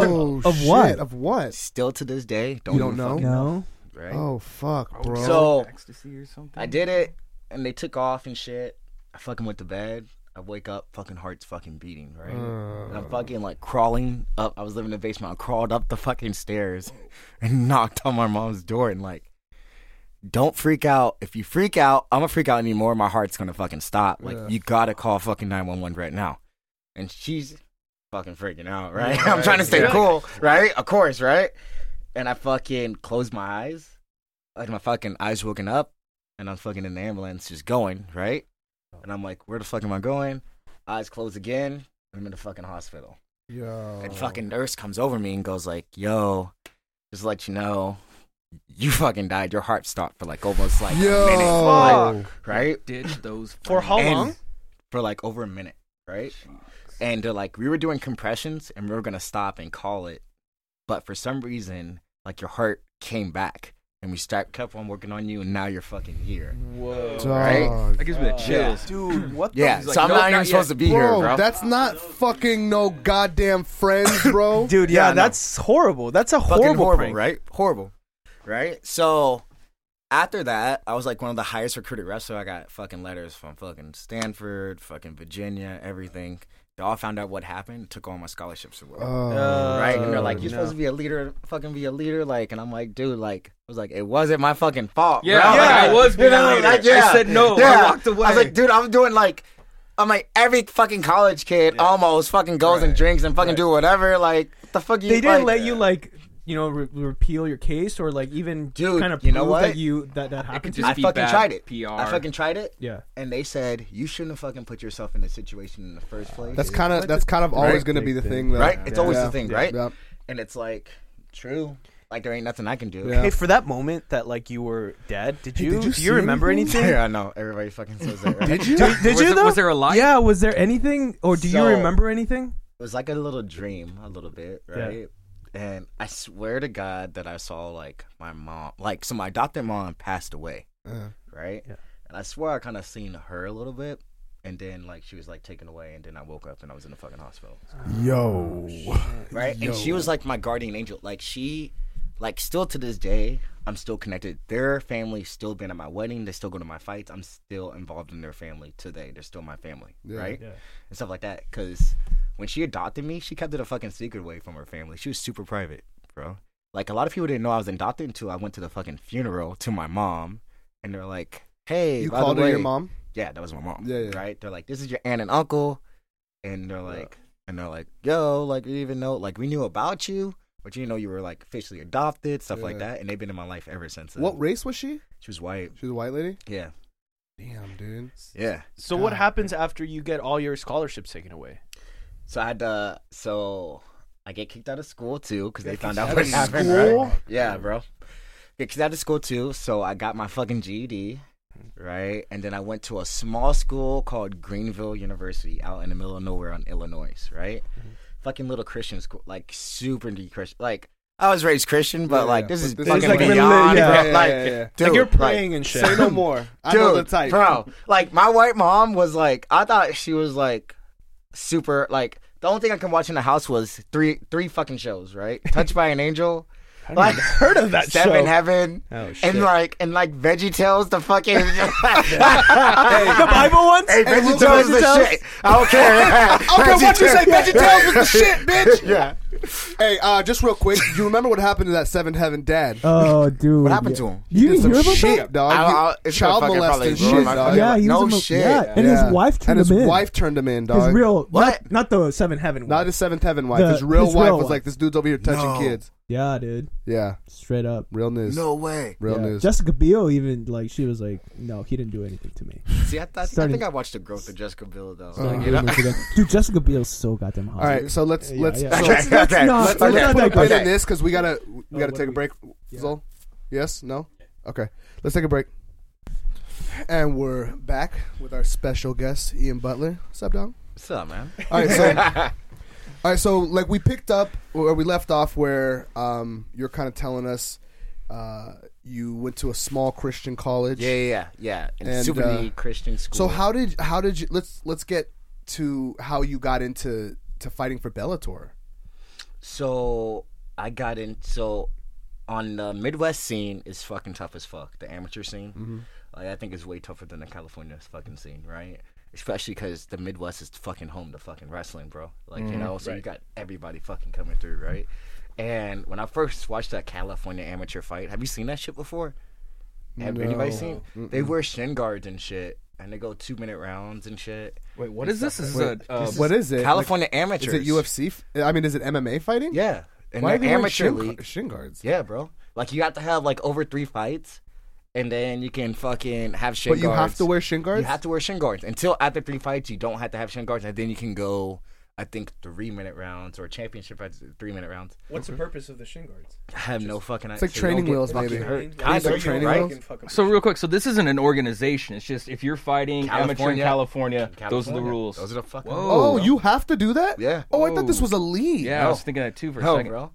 Oh,
Of
shit.
what?
Of what?
Still to this day, don't
You don't
even
know?
fucking
No.
right?
Oh, fuck, bro.
So-
ecstasy or something.
I did it, and they took off and shit. I fucking went to bed. I wake up, fucking heart's fucking beating, right?
Uh,
and I'm fucking like crawling up. I was living in the basement. I crawled up the fucking stairs [laughs] and knocked on my mom's door and like, don't freak out. If you freak out, I'm gonna freak out anymore. My heart's gonna fucking stop. Like, you gotta call fucking 911 right now. And she's fucking freaking out, right? [laughs] I'm trying to stay cool, right? Of course, right? And I fucking closed my eyes. Like, my fucking eyes woken up and I'm fucking in the ambulance just going, right? And I'm like, where the fuck am I going? Eyes closed again. and I'm in the fucking hospital.
Yo.
And fucking nurse comes over me and goes like, yo, just to let you know, you fucking died. Your heart stopped for like almost like a minute,
Yo.
right?
Ditch those.
For how
And-
long?
For like over a minute, right? And they're like, we were doing compressions and we were gonna stop and call it, but for some reason, like your heart came back and we start kept on working on you and now you're fucking here.
Whoa.
Dog.
That gives me the chills.
Dude, what the?
Yeah,
He's like,
so I'm
"Nope,
not even
not
supposed
yet."
to be
Bro,
here, bro.
that's not fucking no goddamn
[laughs]
friends, bro.
Dude, yeah,
Yeah, I know.
that's horrible. That's a
fucking
horrible,
horrible,
prank.
right? Horrible, right? So after that, I was like one of the highest recruited wrestler. I got fucking letters from fucking Stanford, fucking Virginia, everything. They all found out what happened, took all my scholarships away.
Oh,
Uh,
Right, and they're like,
Oh,
"You're
no.
supposed to be a leader, fucking be a leader." Like, and I'm like, "Dude, like, I was like, it wasn't my fucking fault."
Yeah,
bro.
yeah,
Like,
I was being a leader.
like,
I said no. I walked away.
I was like, "Dude, I'm doing like, I'm like every fucking college kid almost fucking goes and drinks and fucking do whatever. Like, what the fuck you?
They didn't
like-
let you like you know re- repeal your case or like even
Dude,
kind of
you know what?
that you that that happened. to
just
I
be
fucking
bad
tried it.
PR.
I fucking tried it.
you? Yeah.
And they said you shouldn't have fucking put yourself in this situation in the first place.
that's kind of that's kind of always
Right.
gonna be the thing, though.
right. It's always
Yeah.
the thing,
Yeah.
right?
Yep.
And it's like true. Like there ain't nothing I can do.
Yeah.
Hey, for that moment that like you were dead, did you,
did you
do
see
you remember
anything?
anything?
Yeah, [laughs] I know. Everybody fucking says that. Right?
Did you?
Did, did
was
you
it-
though?
was there a lot?
Yeah. Was there anything or do
So-
you remember anything?
It was like a little dream, a little bit, right? And I swear to God that I saw like my mom, like so my adopted mom passed away,
[laughs]
Uh.
right?
Yeah.
And I swear I kind of seen her a little bit, and then like she was like taken away, and then I woke up and I was in the fucking hospital.
Yo.
right? And she was like my guardian angel. Like she, like still to this day, I'm still connected. Their family still been at my wedding. They still go to my fights. I'm still involved in their family today. They're still my family, right? And stuff like that. Because when she adopted me, she kept it a fucking secret away from her family. She was super private, bro. Like a lot of people didn't know I was adopted until I went to the fucking funeral to my mom, and they're like, "Hey,
You
by the
called her your
way-
mom?
yeah, that was my mom.
Yeah, yeah.
Right? They're like, this is your aunt and uncle. And they're like, and they're like, yo, like, we didn't even know, like, we knew about you, but you didn't know you were, like, officially adopted, stuff like
Yeah.
uh, that. And they've been in my life ever since. then.
What race was she?
She was white.
She was a white lady.
Yeah.
Damn, dude.
Yeah.
So what happens after you get all your scholarships taken away?
So I had to. So I get kicked out of school too because they found out what happened. Right? Yeah, bro. Get kicked out of school too. So I got my fucking GED, right? And then I went to a small school called Greenville University out in the middle of nowhere on Illinois, right?
Mm-hmm.
Fucking little Christian school, like super deep Christian, like. I was raised Christian, but
Yeah,
like
yeah,
this
but
is
this
fucking
is like reli-
beyond,
yeah,
bro.
yeah,
like,
yeah, yeah.
dude,
like you're
like,
praying and shit. Say no
[laughs]
more.
I know the type.
Bro, like my white mom was like, I thought she was like super like the only thing I can watch in the house was three three fucking shows, [laughs] right? Touched by an Angel. Like heard of that Seven
show.
[laughs]
Heaven
Oh, shit.
and like and like Veggie Tales the fucking [laughs]
the Bible ones?
Hey, Veggie Tales the shit. I don't care. [laughs] I don't care what you say. Veggie Tales [laughs] was the shit, bitch. Yeah.
Hey, uh, just real quick, you remember what happened to that Seven Heaven dad?
Oh, dude.
What happened to him?
You
Did
didn't
some
hear about
shit,
that?
dog.
I-
He-
I- it's gonna
child
fucking probably
molesting
ruin
shit,
my
dog.
fucking
Yeah, he
No
was a, mo-
shit.
Yeah, and
Yeah.
his wife
And
turned
his
him in.
wife turned him in, dog.
his real,
What?
Not, not the seven heaven. One.
Not his seventh heaven wife.
The-
his real
his
wife
real
was
wife.
like, "This dude's over here touching
No.
kids."
yeah, dude.
Yeah,
Straight up.
real news.
No way.
real
Yeah.
news.
Jessica Biel even like she was like, no, he didn't do anything to me.
See, I, th- I, think, I
Starting-
think I watched the growth of Jessica Biel though.
Like,
[laughs]
Dude, Jessica Biel's so goddamn hot.
Uh, All right, so let's
Yeah,
let's
yeah.
so
Okay,
let's,
[laughs] let's not-
let's,
let's
let's
not
put a
digress.
pin in this because we gotta we
Oh,
gotta
what
take
do
a
we-
break. Zol, yes, no, okay, let's take a break. And we're back with our special guest, Ian Butler. What's up, dog?
What's up, man?
All right,
[laughs]
so all right, so like we picked up or we left off where um, you're kind of telling us uh, you went to a small Christian college.
Yeah, yeah, yeah. yeah.
And,
And, super
uh,
neat Christian school.
So how did how did you let's let's get to how you got into to fighting for Bellator?
So I got in. So on the Midwest scene is fucking tough as fuck. The amateur scene,
Mm-hmm.
like I think, is way tougher than the California fucking scene, right? Especially because the Midwest is fucking home to fucking wrestling, bro. Like
Mm-hmm.
you know, so you got everybody fucking coming through, right? And when I first watched that California amateur fight, have you seen that shit before? Have anybody seen? They wear shin guards and shit, and they go two minute rounds and shit.
Wait, what is this? This is
Wait,
a. Uh,
what is it?
California
Like, is
amateurs.
it UFC? f- I mean, is it MMA fighting?
Yeah, and
Why are
Why
they wearing
amateur
shin, gu-
league.
shin guards?
Yeah, bro. Like you have to have like over three fights, and then you can fucking have shin
But you
guards.
have to wear shin guards.
You have to wear shin guards until after three fights. You don't have to have shin guards, and then you can go. I think three minute rounds or championship fights, three minute rounds.
What's the purpose of the shin guards?
I have no fucking. It's
like training wheels, maybe.
Kind
like
of
training
right?
wheels?
so real quick, so this isn't an organization. It's just if you're fighting amateur in California, those are the
California.
rules.
Those are the fucking.
Whoa.
rules,
Oh,
bro.
you have to do that?
Yeah.
Oh, I thought this was a league.
yeah, I was thinking that too for a
No,
second.
bro.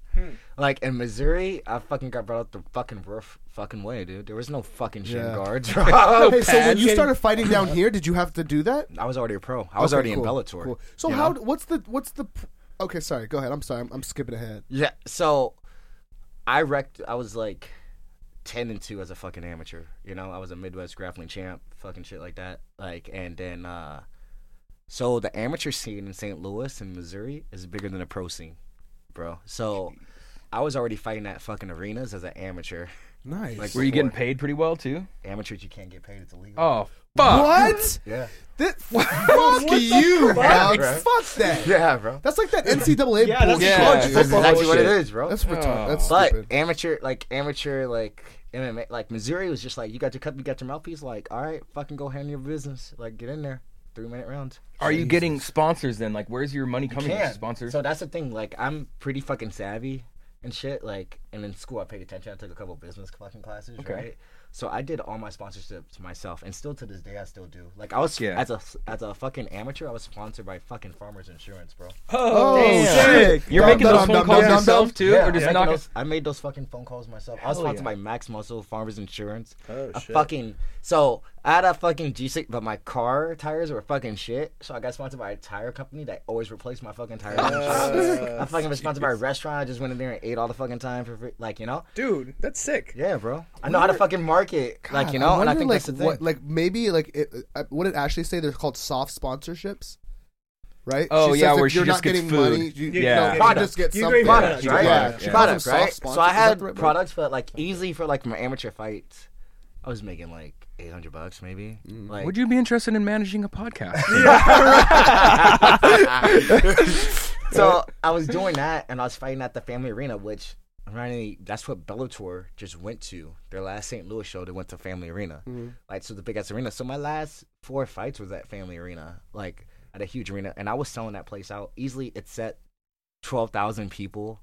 Like in Missouri, I fucking got brought up the fucking rough fucking way, dude. There was no fucking shin
Yeah. [laughs]
guards. bro.
Hey, so when you [laughs]
Pageant.
started fighting down here, did you have to do that?
I was already a pro. I was
Okay,
already
cool,
in Bellator.
cool. So
you
how?
know?
What's the? What's the? pr- Okay, sorry. Go ahead. I'm sorry. I'm, I'm skipping ahead.
Yeah, so I wrecked. I was like ten and two as a fucking amateur. You know, I was a Midwest grappling champ, fucking shit like that. Like, and then uh so the amateur scene in St. Louis and Missouri is bigger than the pro scene, bro. So I was already fighting at fucking arenas as an amateur.
Nice.
Like,
Were you getting paid pretty well too?
Amateurs, you can't get paid. It's illegal.
Oh fuck!
what?
Yeah.
Thi- fuck you, dog. Fuck that.
Yeah, bro.
That's like that NCAA
Yeah, that's
bullshit.
yeah,
college
That's
football
exactly what it
bullshit.
is, bro.
That's retarded.
Oh.
That's
But
stupid.
amateur, like amateur, like MMA, like Missouri was just like, you got your cup, you got your mouthpiece. Like, all right, fucking go handle your business. Like, get in there, three minute rounds.
Are you getting sponsors then? Like, where's your money coming from?
Can.
Sponsors?
So that's the thing. Like, I'm pretty fucking savvy and shit. Like, and in school, I paid attention. I took a couple business fucking classes, right? So I did all my sponsorships myself, and still to this day, I still do. Like, I was
Yeah.
as a as a fucking amateur, I was sponsored by fucking Farmers Insurance, bro.
oh,
Damn.
shit.
You're
Dum,
making those
dum,
phone
dum,
calls
dum, dum,
yourself
dum.
too, or just
I,
not?
those, I made those fucking phone calls myself. I was sponsored
yeah.
by Max Muscle, Farmers Insurance. Oh, shit. fucking so I had a fucking G6, but my car tires were fucking shit. So I got sponsored by a tire company that always replaced my fucking tires.
Oh,
I fucking was sponsored by a restaurant. I just went in there and ate all the fucking time for free. Like you know,
Dude, that's sick.
yeah, bro. I know how to fucking market. like you know,
I
and I
wonder,
think
like
that's the thing.
what, like maybe like it, uh, what did Ashley say? They're called soft sponsorships, right?
Oh,
she
yeah,
says
where
if
she
you're not
just gets
getting
food.
money, you,
Yeah.
no, you
Product.
just get
You
something.
agree products,
right?
Yeah,
Yeah.
she calls
products,
them soft
right? So I
sponsors. Is that
had
the right word?
products, but like easily for like my amateur fights, I was making like eight hundred bucks maybe.
Mm.
Like,
Would you be interested in managing a podcast?
so I was doing that, and I was fighting at the family arena, which I Randy, that's what Bellator just went to. Their last St. Louis show, they went to Family Arena.
Mm-hmm.
Like, so the big ass arena. So my last four fights was at Family Arena, like at a huge arena. And I was selling that place out. Easily, it set 12,000 people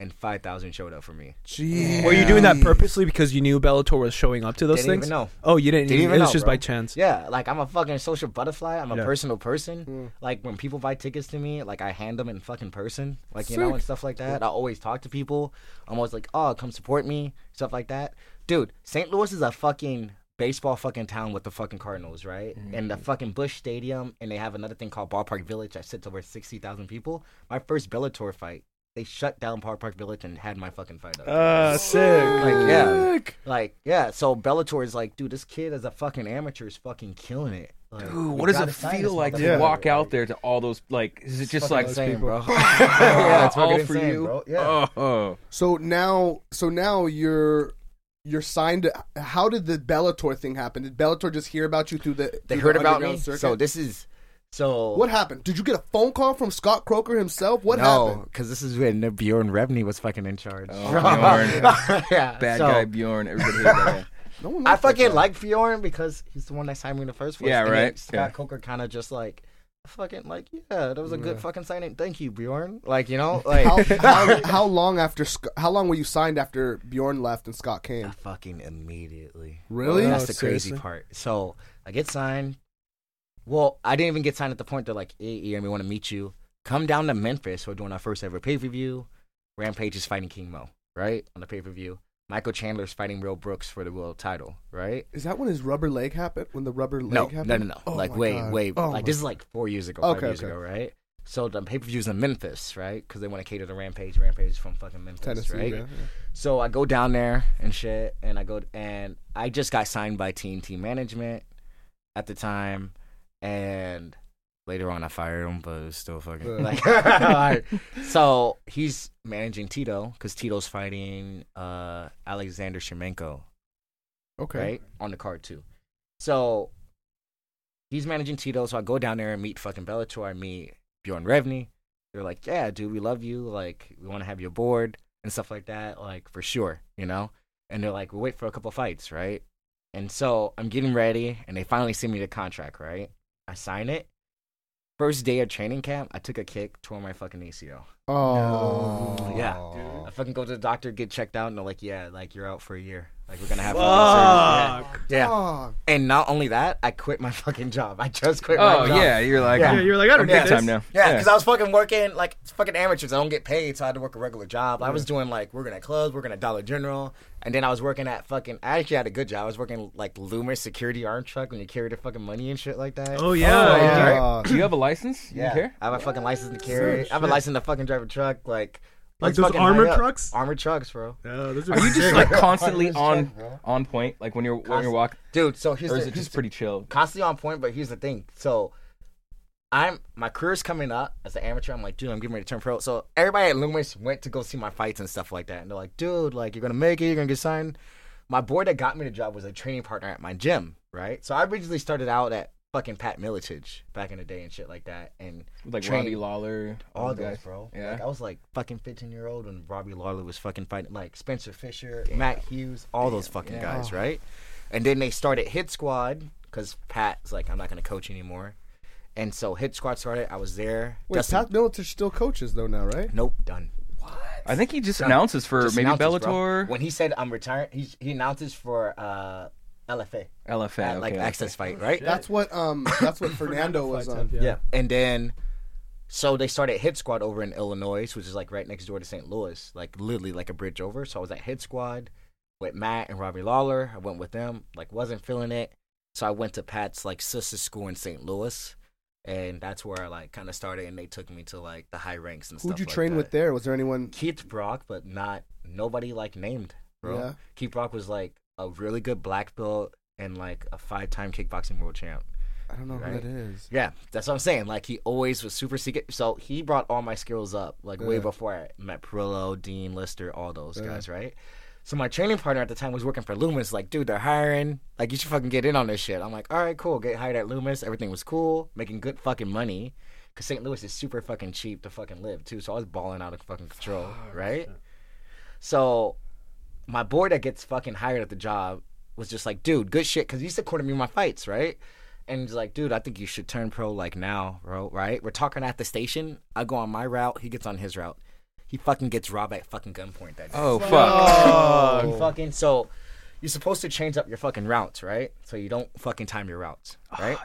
and 5,000 showed up for me.
Jeez.
Were you doing that purposely because you knew Bellator was showing up to those
Didn't even
things?
know.
Oh, you didn't.
Didn't
even,
even
it was
know,
just
bro.
by chance.
Yeah, like I'm a fucking social butterfly. I'm a
Yeah.
personal person. Like when people buy tickets to me, like I hand them in fucking person, like you know, and stuff like that. I always talk to people. I'm always like, oh, come support me, stuff like that. Dude, St. Louis is a fucking baseball fucking town with the fucking Cardinals, right? And the fucking Bush Stadium, and they have another thing called Ballpark Village that sits over sixty thousand people. My first Bellator fight, they shut down Ballpark Village and had my fucking fight up.
Uh,
Ah, sick.
Like yeah, like yeah. So Bellator is like, dude, this kid as a fucking amateur is fucking killing it. Like,
Ooh,
you
what does
gotta
it
sign
feel
this
like to
motherfucker,
walk out
like,
there to all those like? Is it just
fucking
like
insane, bro?
"Ah,
yeah, it's fucking
all for
insane,
you?
bro. Yeah.
Oh, oh.
So now, so now you're you're signed. To, how did the Bellator thing happen? Did Bellator just hear about you through the?
They
through
heard
the
about me.
underground circuit?
So this is so
what happened? Did you get a phone call from Scott Croker himself? What
no,
happened?
because this is when Bjorn Revney was fucking in charge.
Oh,
[laughs]
Bjorn.
yeah,
Bad
so,
guy Bjorn. Everybody hated that guy.
No one
I
likes that
fucking
guy.
like Fjorn because he's the one that signed me in the first place.
Yeah,
And then
right,
Scott
yeah.
Coker kind of just like, fucking like, yeah, that was a good fucking signing. Thank you, Bjorn. Like,
[laughs]
you know, like
How, how,
[laughs]
how long after? Sc- How long were you signed after Bjorn left and Scott came?
fucking immediately.
Really?
That's the
Oh,
crazy
seriously?
part. So I get signed. Well, I didn't even get signed at the point they're like, hey, Ian, we want to meet you. Come down to Memphis. We're doing our first ever pay per view. Rampage is fighting King Mo, right? On the pay per view. Michael Chandler's fighting Real Brooks for the world title, right?
Is that when his rubber leg happened? When the rubber leg
No, no,
happened?
no, no.
Oh
like
my
way,
God.
way.
Oh
like
my-
this is like four years ago,
Okay,
five years
okay.
ago, right? So the pay per view's in Memphis, right? Because they want to cater to Rampage. Rampage is from fucking Memphis,
Tennessee.
right?
yeah, yeah.
So I go down there and shit, and I go and I just got signed by TNT management at the time, and later on I fired him, but it was still fucking like. [laughs] alright. So he's managing Tito because Tito's fighting uh, Alexander Shemenko,
Okay.
right on the card too. So he's managing Tito, so I go down there and meet fucking Bellator. I meet Bjorn Revney. They're like, "Yeah, dude, we love you. Like, we want to have you aboard and stuff like that. Like, for sure, you know." And they're like, "We'll wait for a couple fights, right?" And so I'm getting ready, and they finally send me the contract, right? I sign it. First day of training camp, I took a kick, tore my fucking ACL.
Oh.
Yeah. I fucking go to the doctor, get checked out, and they're like, "Yeah, like you're out for a year. Like we're gonna have fucking surgery." Yeah. yeah.
Fuck.
And not only that, I quit my [laughs] fucking job. I just quit
Oh
my job.
yeah, you're like,
Yeah,
I'm-
you're like, I don't
I'm
get
big time
this.
now.
Yeah, because I was fucking working like it's fucking amateurs. I don't get paid, so I had to work a regular job. I was doing like working at clubs, working at Dollar General, and then I was working at fucking. I actually had a good job. I was working like Loomer security arm truck when you carry the fucking money and shit like that.
Oh yeah.
Oh,
yeah.
Uh,
Do you have a license? You
yeah.
care?
I have a fucking license to carry. I have a license to fucking drive a truck, like
Like
it's
those
fucking
armored
high up.
trucks?
Armored trucks, bro.
Oh, those
Are you just
sick.
like constantly on
Hundred percent,
on point? Like when you're when you're
Constant-
walking,
Dude, so here's
or is
the,
it
here's
just pretty chill?
constantly on point, but here's the thing. So I'm my career's coming up as an amateur. I'm like, dude, I'm getting ready to turn pro. So everybody at Loomis went to go see my fights and stuff like that. And they're like, dude, like you're gonna make it, you're gonna get signed. My boy that got me the job was a training partner at my gym, right? So I originally started out at fucking Pat Militich back in the day and shit like that. And
Like
train-
Robbie Lawler,
all
those
those,
guys.
bro.
Yeah.
Like I was like fucking 15 year old when Robbie Lawler was fucking fighting like Spencer Fisher, Matt Hughes, all those fucking
Oh.
guys, right? And then they started Hit Squad because Pat's like, I'm not gonna coach anymore, and so Hit Squad started. I was there.
wait,
Dustin-
Pat Militich still coaches though now, right?
nope, done.
I think he just announces for
Just
maybe
announces, bro.
Bellator,
When he said I'm retiring, he he announces for uh LFA,
LFA,
at,
okay,
like
okay. Oh,
Access Fight, right?
That's what um that's
[laughs]
what Fernando was on.
Yeah.
And then, so they started Hit Squad over in Illinois, which is like right next door to St. Louis, like literally like a bridge over. So I was at Hit Squad with Matt and Robbie Lawler. I went with them, like wasn't feeling it. So I went to Pat's like sister school in St. Louis, and that's where I like kind of started. And they took me to like the high ranks and stuff.
Who'd you
like
train
that.
with there? Was there anyone?
Keith Brock, but not nobody like named, bro.
Yeah.
Keith Brock was like a really good black belt and like a five-time kickboxing world champ.
I don't know who
Right.
that is.
Yeah, that's what I'm saying. Like he always was super secret. So he brought all my skills up, like way before I met Perillo, Dean Lister, all those guys, right? So my training partner at the time was working for Loomis. Like, dude, they're hiring. Like, you should fucking get in on this shit. I'm like, all right, cool. Get hired at Loomis. Everything was cool, making good fucking money. Cause St. Louis is super fucking cheap to fucking live too. So I was balling out of fucking control, right? So my boy that gets fucking hired at the job was just like, dude, good shit, because he used to corner me in my fights, right? And he's like, dude, I think you should turn pro like now, bro, right? We're talking at the station. I go on my route, he gets on his route. He fucking gets robbed at fucking gunpoint that day.
Oh fuck.
You [laughs] fucking so you're supposed to change up your fucking routes, right? So you don't fucking time your routes,
Ah.
right?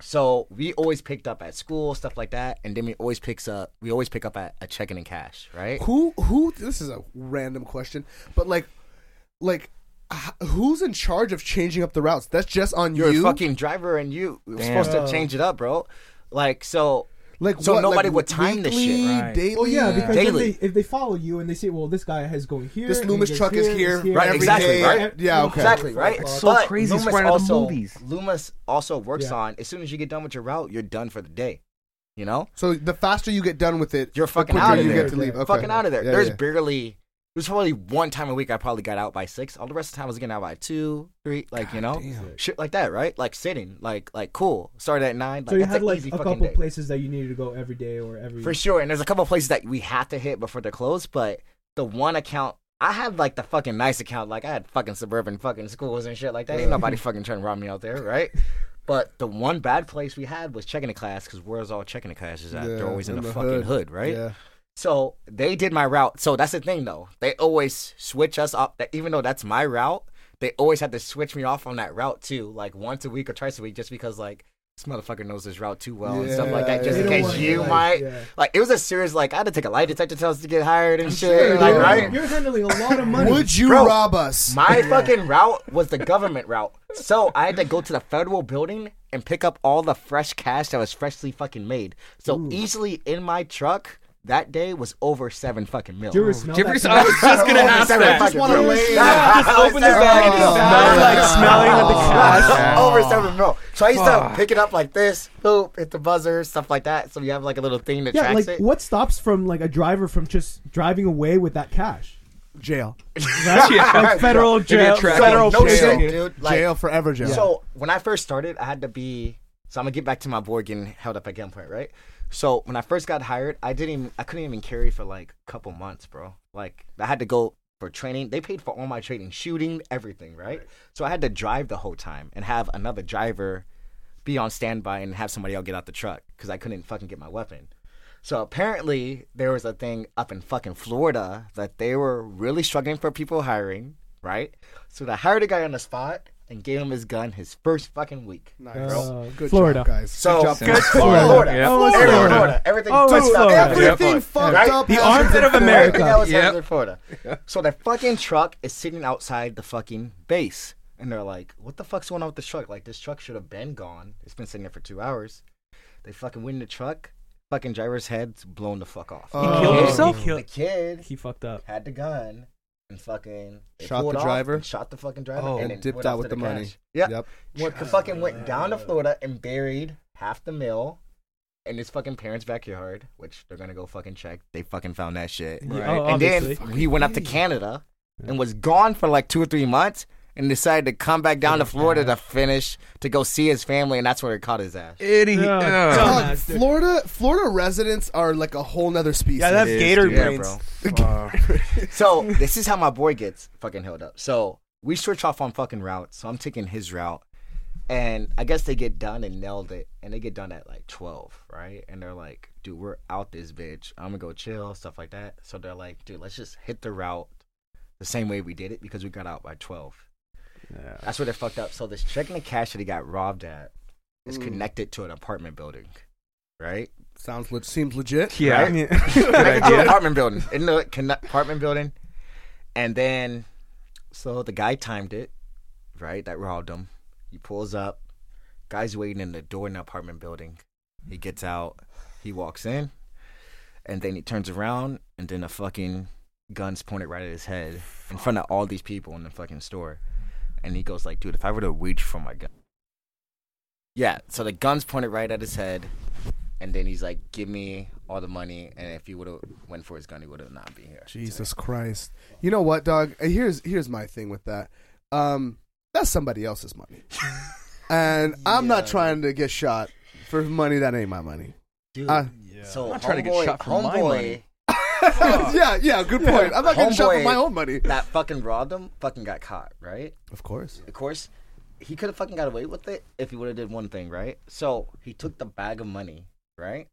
so we always picked up at school, stuff like that, and then we always picks up we always pick up at a checking in cash, right?
Who who? This is a random question, but like, like, h- who's in charge of changing up the routes? That's just on
You're
you.
a fucking driver and you we're supposed to change it up, bro. Like so
like
so
what,
nobody
like,
would time this shit.
weekly,
Right.
Daily.
Oh yeah, because then
Daily.
they, if they follow you and they say, "Well, this guy has going here,"
This
and he
Loomis
goes
truck is here,
is
Right,
every
exactly,
day.
right?
Yeah, okay.
Exactly, right?
It's
so crazy, it's right out of
also,
movies.
Loomis also works
Yeah.
on as soon as you get done with your route, you're done for the day. You know?
So the faster you get done with it,
You're
the
fucking
quicker
outta
you
there.
get to leave. Okay.
fucking out of there.
Yeah,
There's
yeah.
barely. There's probably one time a week I probably got out by six. All the rest of the time I was getting out by two, three, like you know, shit like that, right? Like sitting, like like cool. Started at nine. Like,
So you
that's
had
an
like
easy
a
fucking
couple
day.
places that you needed to go every day or every.
for sure. And there's a couple places that we had to hit before they're closed, but the one account. I had like the fucking nice account, like I had fucking suburban fucking schools and shit like that. Ain't nobody fucking trying to rob me
[laughs]
out there, right? But the one bad place we had was checking the class because where's all checking the classes at?
Yeah,
They're always in,
in
the,
the
fucking
hood.
hood, right?
Yeah.
So they did my route. So that's the thing, though. They always switch us up. That even though that's my route, they always had to switch me off on that route too, like once a week or twice a week, just because like this motherfucker knows his route too well and stuff like that.
Yeah,
Just
they
in
don't
case
want
you
you, like,
might,
yeah.
like, it was a serious like I had to take a lie detector test to get hired and shit.
sure,
like,
yeah.
right?
You're handling a lot of money.
Would you
Bro,
rob us?
My fucking route was the government route. So I had to go to the federal building and pick up all the fresh cash that was freshly fucking made. So easily in my truck that day was over seven fucking mil.
Do you ever smell
Jeffrey,
that
I [laughs] was just gonna ask
Seven
that.
fucking
wanna
mil.
lay-
Just open the
bag and smell,
like, smelling at the
cash. Over seven mil. So I used to pick it up like this, boop, hit the buzzer, stuff like that. So you have like a little thing that
Yeah,
tracks [laughs]
like
it.
what stops from like a driver from just driving away with that cash?
jail.
Like federal jail,
tracking.
federal
No
prison.
shit, dude. Like,
jail forever. [laughs] Jail.
So when I first started, I had to be. So I'm gonna get back to my boy getting held up at gunpoint, right? So when I first got hired, I didn't. Even, I couldn't even carry for like a couple months, bro. Like I had to go for training. They paid for all my training, shooting, everything, right? So I had to drive the whole time and have another driver be on standby and have somebody else get out the truck because I couldn't fucking get my weapon. So apparently there was a thing up in fucking Florida that they were really struggling for people hiring, right? So they hired a guy on the spot and gave him his gun his first fucking week.
nice.
Uh,
Good
Florida.
job, guys.
So
Good job.
Good
Florida. Florida.
Yeah.
Oh, it's
Everything
Florida.
Florida. Everything
Oh,
touched
it's
up.
Florida.
Everything-
Everything
Yeah.
fucked
Right?
up.
The
has
armpit
been
of
fucked
America.
Everything else
Yep.
happens in Florida. So the fucking truck is sitting outside the fucking base. And they're like, what the fuck's going on with this truck? Like, this truck should have been gone. It's been sitting there for two hours. They fucking win the truck. Fucking driver's head's blown the fuck off.
Oh.
killed
The kid-
himself?
He
The
killed.
kid
He fucked up.
had the gun and fucking they
Shot
pulled
the
off
driver.
and shot the fucking driver,
Oh.
[laughs]
and,
And
then
dipped
went
out
off
with
to
the money.
cash. Yep.
Yep.
Went- fucking went down to Florida and buried half the mill in his fucking parents' backyard, which they're gonna go fucking check. They fucking found that shit.
Yeah,
Right.
oh,
And
obviously.
then he went up to Canada and was gone for like two or three months and decided to come back down to Florida to finish to go see his family, and that's where they caught his ass.
Idiot.
Yeah.
Oh.
Ugh.
Dog,
Dumbass, dude.
Florida, Florida residents are like a whole nother species.
Yeah, that's
It is,
gator
dude.
Yeah,
brains.
bro.
[laughs]
so this is how my boy gets fucking held up. So we switch off on fucking route. So I'm taking his route, and I guess they get done and nailed it, and they get done at like twelve, right? And they're like, "Dude, we're out this bitch. I'm gonna go chill, stuff like that." So they're like, "Dude, let's just hit the route the same way we did it because we got out by twelve. That's where they fucked up. So this check in the cash that he got robbed at
Mm.
is connected to an apartment building, right?
Sounds le- seems legit.
Yeah.
Right? [laughs] Like, oh, to an apartment building in the con- apartment building, and then so the guy timed it, right? That robbed him. He pulls up. Guy's waiting in the door in the apartment building. He gets out. He walks in, and then he turns around, and then a fucking gun's pointed right at his head in front of all these people in the fucking store, and he goes like, "Dude, if I were to reach for my gun." Yeah, so the gun's pointed right at his head, and then he's like, "Give me all the money." And if he would have went for his gun, he would have not been here.
Jesus Christ. You know what, dog? Uh, Here's here's my thing with that. Um, that's somebody else's money, and I'm not trying to get shot for money that ain't my money.
Dude,
Uh,
so
[laughs]
I'm not trying to get
homeboy-
shot for my
homeboy
money.
[laughs] yeah, yeah, good point. I'm not getting shot for
Homeboy-
my own money.
that fucking robbed him fucking got caught, right?
Of course.
Of course, he could have fucking got away with it if he would have did one thing, right? So he took the bag of money, right?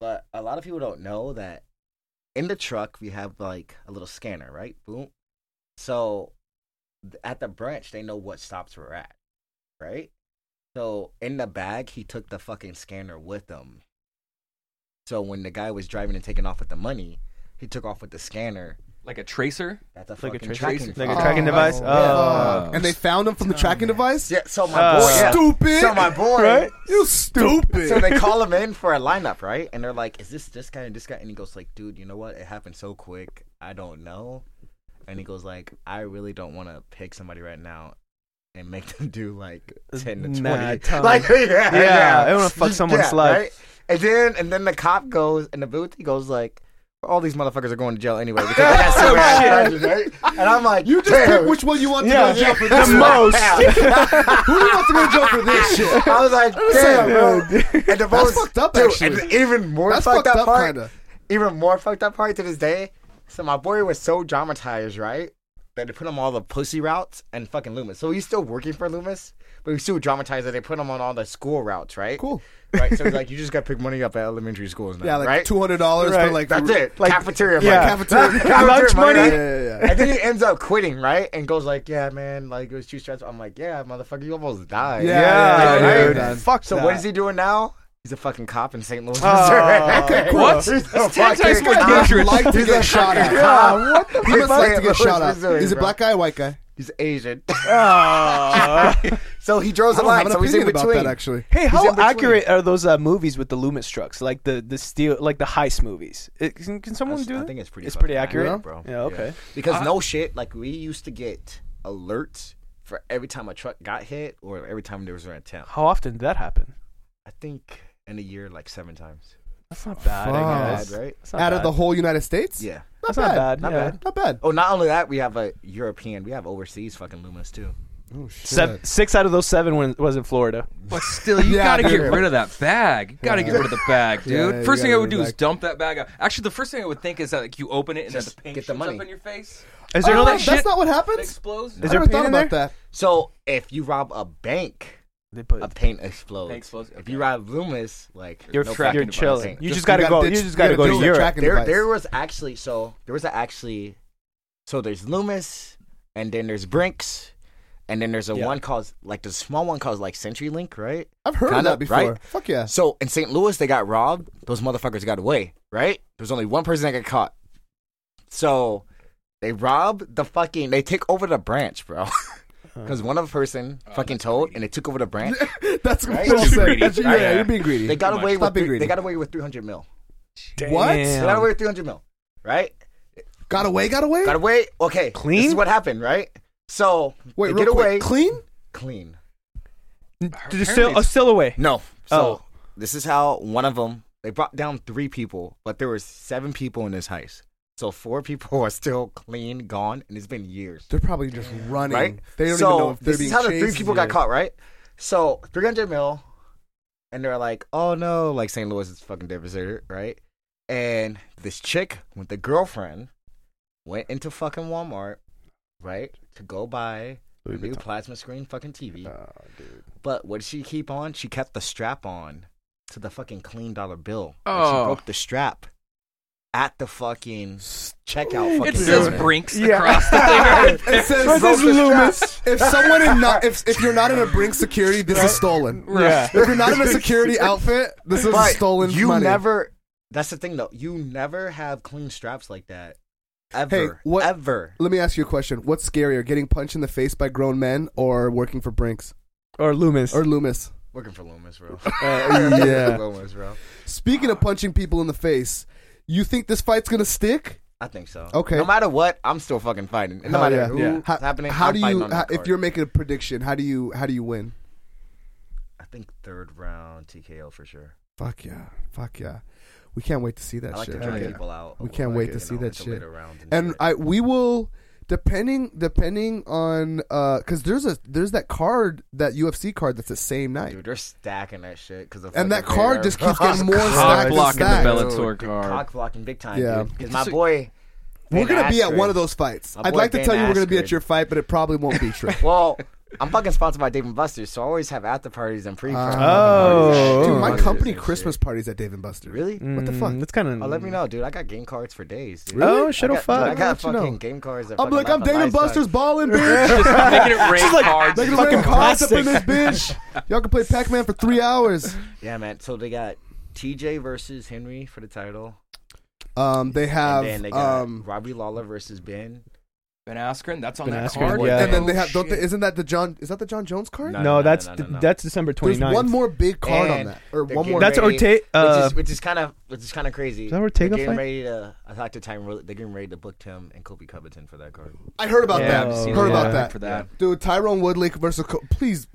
But a lot of people don't know that in the truck we have like a little scanner, right? Boom. So th- at the branch they know what stops we're at, right? So in the bag he took the fucking scanner with him. So when the guy was driving and taking off with the money, he took off with the scanner.
like a tracer.
That's a
like a
fucking
tracer-
tracking.
like a
fucking-
tracking device. Oh.
Fuck. and they found him from the tracking device.
Yeah, so my
Uh,
boy.
yeah.
Stupid.
So my boy. [laughs]
Right? You stupid. [laughs]
So they call him in for a lineup, right? And they're like, "Is this this guy and this guy?" And he goes like, "Dude, you know what? It happened so quick. I don't know." And he goes like, "I really don't want to pick somebody right now." And make them do like ten to twenty,
Mad
[laughs]
time.
like yeah, [laughs] yeah.
I wanna fuck someone's life.
right? And then and then the cop goes in the booth. He goes like, "All these motherfuckers are going to jail anyway because I got so many charges, right?" And I'm like,
you just
"Damn."
pick which one you want to go to jail oh, for this.
The
one.
most.
Who do you want to go to jail for
[laughs]
this shit?
I was like, damn, bro. And the most,
fucked up,
dude,
actually.
And even more
That's fucked
fucked, up,
up,
part.
kinda.
Even more fucked up part to this day. So my boy was so dramatized, right? That they put him on all the pussy routes and fucking Loomis. So he's still working for Loomis, but he's still dramatized that they put him on all the school routes, right?
Cool. [laughs]
Right. So he's like, you just got to pick money up at elementary schools now,
Yeah, like
right?
two hundred dollars for
Right.
like
That's
the-
it. Like, cafeteria money.
yeah.
[laughs]
Cafeteria.
Lunch money.
Yeah, yeah, yeah.
And then he ends up quitting, right? And goes like, "Yeah, man, like it was too stressful." I'm like, "Yeah, motherfucker, you almost died."
Yeah, Yeah,
Like,
yeah,
right?
yeah.
Fuck
So
that.
what is he doing now? He's a fucking cop in St. Louis, [laughs]
Oh,
Missouri.
cool. What?
He's a
That's ten times
fucking
more
cop.
dangerous.
Like to
He's
get
a
shot at.
fucking cop.
He must like to get
St. Louis,
shot at.
Missouri,
Is it
bro.
black guy, or white guy?
He's Asian. [laughs] so he draws
I
a
don't have
line.
an
So he's in
opinion about
between.
that actually.
Hey,
in
how
between.
accurate are those uh, movies with the Loomis trucks, like the the steel, like the heist movies? It, can, can someone do
I
that?
think it's pretty.
It's pretty
fucking
accurate,
bro.
Yeah, okay.
Because no shit, like we used to get alerts for every time a truck got hit or every time there was an attempt.
How often did that happen?
I think in a year, like seven times.
That's not bad. I
Fuck.
guess.
Bad, right?
That's not
Out
bad.
of the whole United States.
Yeah.
not
That's not bad.
Not
yeah.
bad.
Not bad.
Oh, not only that, we have a European. We have overseas fucking Loomis too.
Oh
Sev- ssix out of those seven when, was in Florida.
But still, you
Yeah,
gotta
dude.
get rid of that bag. You gotta get rid of the bag, dude.
yeah, you
first thing
gotta
I would
get
do is
back.
dump that bag out. Actually, the first thing I would think is that like, you open it and
Just
then the paint
get the
shoots
money.
up in your face.
Is there
Oh,
no that
that's
shit?
not what
It
happens.
explodes.
I
there
never
paint
thought
in
about
there?
that.
So if you rob a bank,
They put-
a paint explodes.
Paint explodes,
If you
okay.
rob Loomis, like
you're
no
f-
fucking
you're
device.
chilling.
Paint.
You
Just-
just gotta
you
go.
gotta
You
ditch-
just gotta
you
go
gotta
to
ditch that
Europe.
tracking
There,
device.
there was actually so there was actually so there's Loomis, and then there's Brinks, and then there's a one called like the small one called like CenturyLink, right?
I've heard
Kinda,
of that before.
right?
Fuck yeah.
So in St. Louis, they got robbed. Those motherfuckers got away, right? There's only one person that got caught. So they rob the fucking. They take over the branch, bro. [laughs]
Uh.
Because one of person
Oh,
fucking told, and they took over
[laughs]
the branch.
That's
Right?
well
You're
said.
greedy.
That's-
Right.
yeah, you're being greedy.
They got
much.
away
Stop
with.
being
Three,
greedy.
they got away with 300 mil. They
Damn.
got away with 300 mil, right?
Got away. Got away.
Got away. Okay, This is
Clean?
what happened, right? So
Wait,
they
real
get
quick.
away
Clean.
clean.
Did it still, uh, still away.
No. So
Oh.
this is how one of them they brought down three people, but there was seven people in this heist. So four people are still clean, gone, and it's been years.
They're probably just running.
Right?
They don't
so
even know if they're
this
being
is how the
chased.
three people got caught, right? So 300 mil, and they're like, "Oh no!" Like St. Louis is fucking devastated, right? And this chick with the girlfriend went into fucking Walmart, right, to go buy a new plasma screen fucking TV. But what did she keep on? She kept the strap on to the fucking clean dollar bill. Like,
Oh.
she broke the strap at the fucking checkout. Fucking
It says
counter.
Brinks across the thing.
It says
This is
Loomis. If someone in not if if you're not in a brink security, this is stolen.
Yeah.
If you're not in a security outfit, this is
But
stolen
you
money.
never. That's the thing, though. You never have clean straps like that. Ever.
Hey, what-
Ever.
Let me ask you a question. What's scarier, getting punched in the face by grown men or working for Brinks
Or Loomis.
or Loomis?
Working for
[laughs]
Loomis, bro.
Uh,
[laughs]
yeah.
Loomis, bro.
Speaking of punching people in the face, you think this fight's gonna stick?
I think so.
Okay.
No matter what, I'm still fucking fighting. No matter
yeah.
who's
Yeah. How,
happening,
how
I'm
do
fighting
you?
on that
How, if
card.
you're making a prediction, how do you? How do you win?
I think third round TKO for sure.
Fuck yeah! Fuck yeah! We can't wait to see that
I like
shit.
to try
Yeah.
people out.
We can't
like,
wait to
you
see
know,
that
into
shit.
later rounds and
And
shit.
I we will Depending, depending on, uh, because there's a there's that card that UFC card that's the same night,
Dude, they're stacking that shit because
and that card
[laughs]
just keeps getting more stacked.
Cock
and
blocking the
stacked.
Bellator card.
cock blocking big time.
Yeah.
Yeah, because my boy.
We're
Ben
gonna be at
Askren-
one of those fights.
My
I'd
boy
like to
Ben
tell you we're gonna be at
Askren.
your fight, but it probably won't be
[laughs]
true.
Well, I'm fucking sponsored by Dave and Buster's, so I always have after parties and pre parties.
Oh.
Dude, my
Buster's
company
and shit.
Christmas parties at Dave and Buster's.
Really?
What the fuck?
Mm, That's kind of.
Oh, let me know, dude. I got game cards for days. Dude.
Really?
Oh, shit!
I
Oh
got, dude,
fuck!
I got
I'll let you
fucking
know.
game cards. that
I'm
fucking
like, I'm
laugh a
Dave and
lifetime.
Buster's balling, bitch.
[laughs]
Making it rain cards.
Making fucking cards up in this bitch. Y'all can play Pac-Man for three hours.
Yeah, man. So they got TJ versus Henry for the title.
Um, they have,
and then they got
um,
Robbie Lawler versus Ben.
Ben Askren, that's on
Ben
that
Askren,
card.
yeah.
and then
Oh,
they have. Don't they,
shit.
isn't that the John? Is that the John Jones card?
No,
No,
no,
that's
no, no, no.
that's December 29th.
There's one more big card on
And
that, or
they're
one more.
getting
That's
ready,
Ortega- uh,
which is which is kind of which is kind of crazy.
Is that Ortega
They're getting
fight?
ready to. I talked to Tyron. Rose- They're getting ready to book Tim and Kobe Covington for that card.
I heard about
Yeah,
that.
I've seen
heard
it.
about
Yeah.
that.
for that.
Dude, Tyrone Woodley versus. Co- please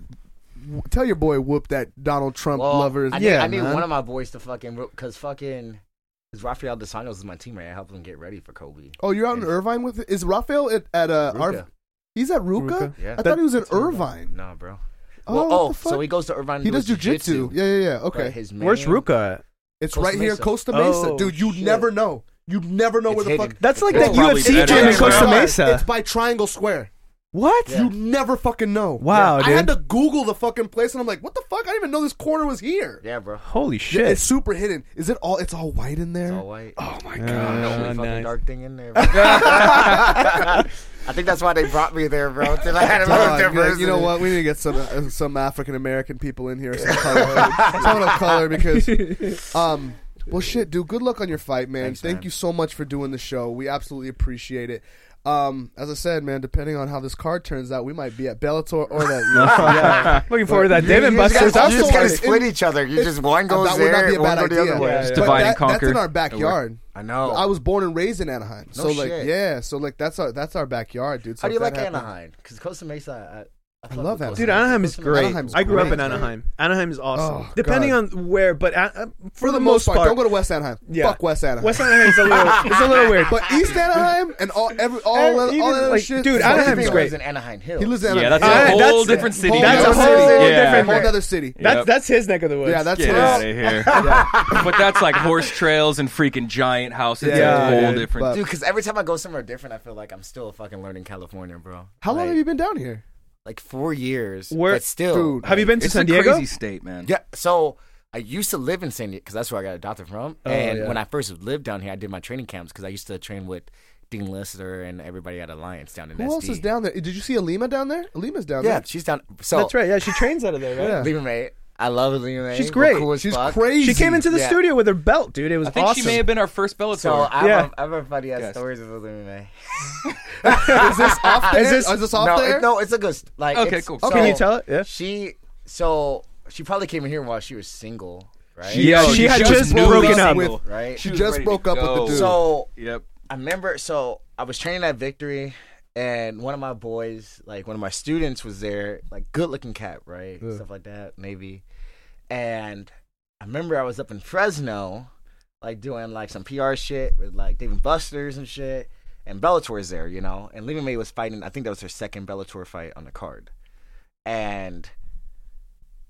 w- tell your boy Whoop that Donald Trump
Well,
lovers.
I need,
Yeah,
I need
man.
one of my boys to fucking because fucking because Rafael dos Anjos is my teammate. I helped him get ready for Kobe.
Oh, you're out in Irvine with is Rafael at, at uh,
Ruka.
Ar- he's at Ruka.
Ruka.
Yeah.
I thought he was in
That's what I'm about.
Irvine.
Nah, bro.
Oh,
well,
what
oh
the fuck?
so he goes to Irvine.
he
and
does
does
jujitsu. Yeah, yeah, yeah. Okay,
But his man,
Where's Ruka? At?
it's
Costa
right here,
Mesa.
Costa Mesa,
Oh,
dude. You
shit.
never know. You never know
It's
where the
hidden.
fuck.
That's like
It's
that
probably
UFC
better.
gym in
It's
Costa
probably-
Mesa.
It's by Triangle Square.
What?
Yeah.
You never fucking know.
Wow,
I had
dude.
to Google the fucking place, and I'm like, what the fuck? I didn't even know this corner was here.
Yeah, bro.
Holy
Yeah,
shit!
It's super hidden. Is it all? It's all white in
It's
there.
all white.
Oh my
Uh,
god.
Only fucking
nice.
dark thing
[laughs]
in there. bro. I think that's why they brought me there, bro. 'cause I had a little
Dog, Uh, you're like,
difference.
you know what? We need to get some uh, some African American people in here, some color, someone of color,
[laughs]
because, um, well, shit, dude. Good luck on your fight, man.
Thanks,
Thank
man.
you so much for doing the show. We absolutely appreciate it. Um, as I said, man, depending on how this card turns out, we might be at Bellator or
[laughs]
that.
Yeah. Looking forward to that. Dave and
you just
Buster's.
gotta-
I'm
you
You just
so
gotta
it's-
split each other. You
it's-
just one
that
goes
would not be
there,
a
one
bad
go the
idea.
other way.
Yeah,
But
Divide and
that-
conquer.
That's in our backyard.
I know.
I was born and raised in Anaheim, so like,
shit.
yeah, so like that's our that's our backyard, dude. So
How do
if
you like
that happens-
Anaheim? Because Costa Mesa, I, I, fuck
love
with Costa
Anaheim.
Dude, Anaheim is
Costa
great.
Anaheim's
I grew up
great.
in Anaheim. Anaheim is awesome.
Oh,
Depending
God.
on where, but uh, uh, for, the, most part,
don't go to West Anaheim.
Yeah.
Fuck West Anaheim.
West Anaheim's a little,
[laughs]
it's a little weird.
But East Anaheim and all every all,
And
all,
even,
that other
like,
shit.
dude,
fuck
Anaheim's
Anaheim.
Anaheim
great.
lives in Anaheim Hills.
He lives in
Yeah,
Anaheim.
that's
Uh,
a whole
that's-
different city.
That's a
other
whole
city.
different
whole
thing.
other city.
That's
Yep.
that's his neck of the woods.
Yeah, that's
Get
his.
out of here. but that's like horse trails and freaking giant houses. Yeah,
Yeah,
that's a whole
dude.
different.
But-
Dude, because every time I go somewhere different, I feel like I'm still fucking learning California, bro.
How long
Like-
have you been down here?
Like four years.
Where-
but still.
Dude.
Have you been to
it's
San
a
Diego?
crazy state, man.
Yeah. So I used to live in San Diego because that's where I got adopted from.
Oh,
and when I first lived down here, I did my training camps because I used to train with Dean Lister and everybody at Alliance down in
Who
SD.
else is down there? Did you see Alima down there? Alima's down
Yeah,
there.
she's down. So
That's right. Yeah, she trains out of there, right?
Yeah.
Lima Mae. I love Lima Mae.
She's
We're
great.
Cool as
She's
fuck.
crazy.
She came into the
Yeah.
studio with her belt, dude. It was
I think
awesome.
she may have been our first Bellator.
So I have,
Yeah.
a, I have a funny ass
Yes.
stories about Lima Mae.
Is this off there? Is this, off
no,
there?
It, no, it's a good. st- Like,
Okay,
it's-
cool.
Can you tell it? Yeah.
She so she probably came in here while she was single, right?
She- Yeah, she had just broken up.
with-
Right.
She just broke up with the dude.
So
Yep.
I remember. So I was training at Victory, and one of my boys, like one of my students, was there, like good looking cat, right? Stuff like that, Navy. And I remember I was up in Fresno, like doing like some PR shit with like Dave and Buster's and shit. And Bellator's there, you know. And Lima May was fighting. I think that was her second Bellator fight on the card. And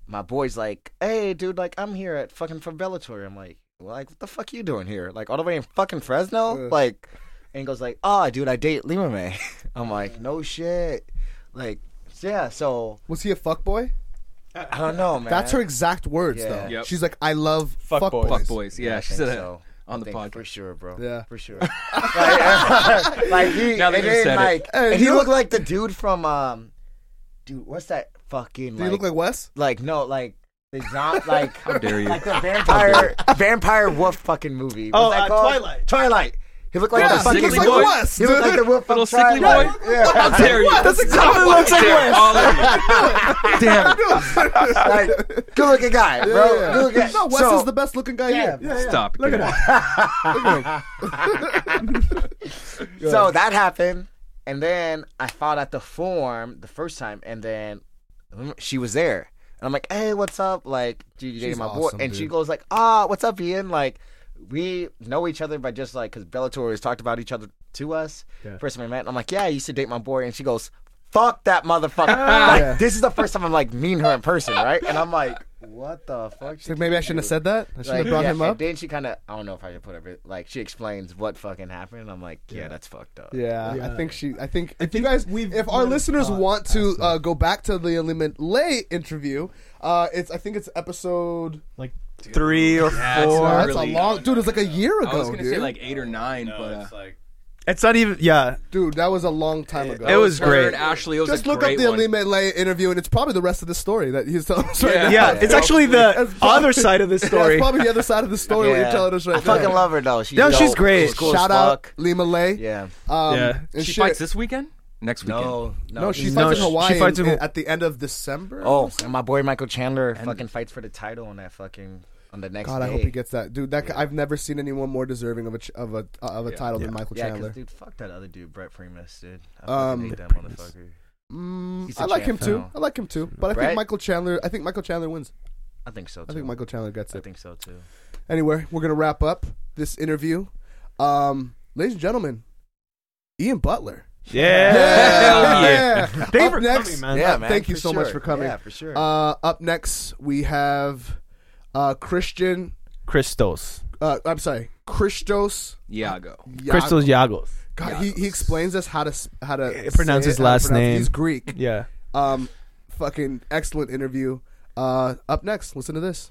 my boy's like, "Hey, dude, like I'm here at fucking for Bellator." I'm like, well, "Like, what the fuck you doing here? Like all the way in fucking Fresno?" Like, and he goes like, "Ah, dude, I date Lima May." [laughs] I'm like, "No shit." Like, yeah. So
Was he a fuckboy?
I don't know, man.
That's her exact words,
Yeah.
though.
Yep.
She's like, I love fuck, boys.
Fuck boys. Yeah,
I
she
think
said that
so.
on
I
the
think
podcast.
for sure, bro.
Yeah. [laughs]
for sure. like, [laughs] like he,
Now that
and
you
then,
said it.
like,
Hey,
and he
you
looked
look-
like the dude from, um, dude, what's that fucking?
Do you look like
[laughs]
Wes?
like no, like the zombie, like how
dare you.
like the vampire vampire wolf fucking movie.
Oh,
What's that
uh,
called?
Twilight.
Twilight. He looked like
Yeah,
the fucking
Sickly
wolf.
Boy.
Wes,
He looked like
dude.
the wolf
Little
from Twilight.
sickly boy. How [laughs] dare you?
That's exactly what it looks like.
Damn, all of you.
Damn, like good looking guy, bro.
Yeah.
Good looking.
No, Wes
so,
is the best looking guy here. Yeah.
Stop. Look at that.
so that happened, and then I filed out the form the first time, and then she was there, and I'm like, "Hey, what's up?" Like, dude, you dated
She's
my
awesome,
boy, and she
dude.
goes like, "Ah, what's up, Ian?" Like, we know each other by just like because Bellator has talked about each other to us. First time we met, and I'm like, yeah, I used to date my boy, and she goes, "Fuck
[laughs]
that motherfucker!" like, this is the first time I'm like mean her in person, right? And I'm like, what the fuck?
She's like, maybe I shouldn't have said that. I shouldn't
Like,
have brought
yeah,
him up.
And then she kind of, I don't know if I should put it, but, like she explains what fucking happened. And I'm like, yeah, that's fucked up.
Yeah, I think she. I think if you
think
guys,
we've
if our
really
listeners
thought
want to uh, go back to the Limit Lay interview, uh, it's I think it's episode. oh,
like three or
Yeah, it's
four.
not
that's
really-
a long dude. It's like a year ago,
I was gonna
dude.
say like eight or nine, but uh,
like
It's not even. Yeah,
dude, that was a long time ago.
it was
her
great.
and Ashley, it was
Just
a
look up
great
the
one.
Limit Lay interview, and it's probably the rest of the story that he's telling us right
Yeah.
now.
Yeah, it's actually the
That's probably-
other side of this
Yeah, [laughs]
story.
it's probably the other side of the story what
Yeah.
you're telling us right
I fucking
now.
love her though. She's
No, she's
dope.
great.
She's cool
Shout
as
out
fuck.
Lima Lay.
Yeah.
Um,
Yeah.
and
she
shit.
fights this weekend, next weekend.
No, no,
No, she
she's-
fights
No,
in
she- she
Hawaii
fights in-
in- at the end of December.
Oh, and my boy Michael Chandler fucking fights for the title on that fucking on the next.
God,
day.
I hope he gets that, dude. That I've never seen anyone more deserving of a ch- of a uh, of a title than Michael
Yeah,
Chandler.
because dude, fuck that other dude, Brett Primus, dude. I
Um,
fucking hate that motherfucker.
Mm,
He's
I
a
like him
champ
too.
now.
I like him too. But I think
Brett?
Michael Chandler. I think Michael Chandler wins.
I think so. Too.
I think Michael Chandler gets
I
it.
think so too.
Anyway, we're gonna wrap up this interview, um, ladies and gentlemen. Ian Butler.
[laughs] yeah.
Yeah.
They
Up
were
next,
coming, man.
uh, Thank you so much for coming.
Yeah, for sure. [laughs]
Uh, up next, we have uh, Christian.
Christos,
Uh, I'm sorry, Christos.
Iago.
Yag-
Christos Yagos.
God, he, he explains us how to s- how to say
pronounce
it,
his
how to
last
pronounce it.
name.
He's Greek.
Yeah.
Um, fucking excellent interview. Uh, up next, listen to this.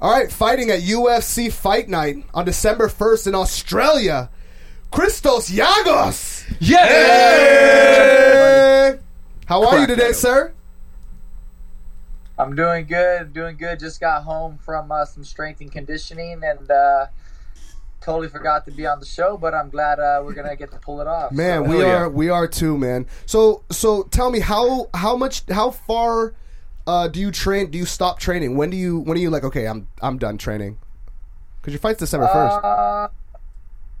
All right, fighting at UFC Fight Night on December 1st in Australia. Christos Yagos. Hey! How are you today, sir?
I'm doing good, doing good. Just got home from uh, some strength and conditioning and uh, totally forgot to be on the show, but I'm glad uh, we're going to get to pull it off.
Man, we are we are too, man. So so tell me how how much how far uh, do you train? Do you stop training? When do you when are you like okay? I'm I'm done training because your fight's December first.
Uh,